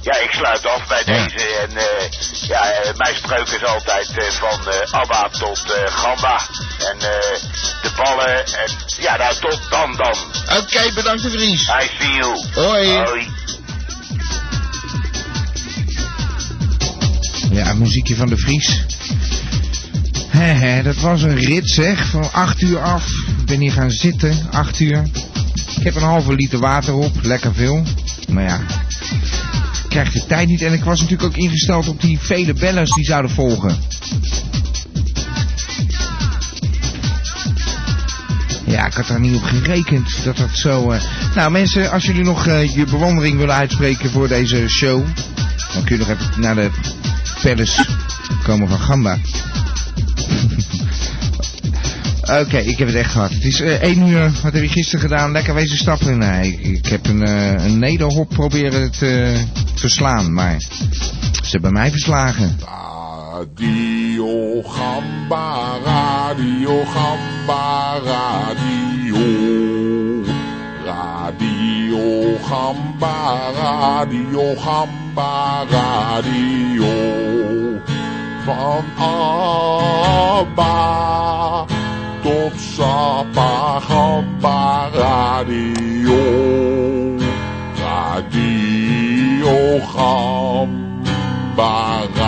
ja, ik sluit af bij deze. En eh, ja, eh, mijn spreuk is altijd eh, van eh, Abba tot eh, Gamba. En eh, de ballen. En ja, nou tot dan dan. Oké, bedankt de Vries. I see you. Hoi. Hoi. Ja, het muziekje van de Vries. Hè, hè, dat was een rit zeg, van 8 uur af. Ik ben hier gaan zitten, 8 uur. Ik heb een halve liter water op, lekker veel. Maar ja, ik krijg de tijd niet. En ik was natuurlijk ook ingesteld op die vele bellers die zouden volgen. Ja, ik had daar niet op gerekend dat dat zo... eh. Nou mensen, als jullie nog eh, je bewondering willen uitspreken voor deze show... dan kun je nog even naar de palace komen van Gamba. Oké, ik heb het echt gehad. Het is eh 1 uur. Wat heb je gisteren gedaan? Lekker wezen stappen. Nee, ik, ik heb een, eh, een nederhop proberen te verslaan, maar ze hebben mij verslagen. Radio Gamba, Radio Gamba, Radio. Radio Gamba, Radio Gamba, Radio. Van Abba tot Sapa Gamba, Radio. Radio Gamba.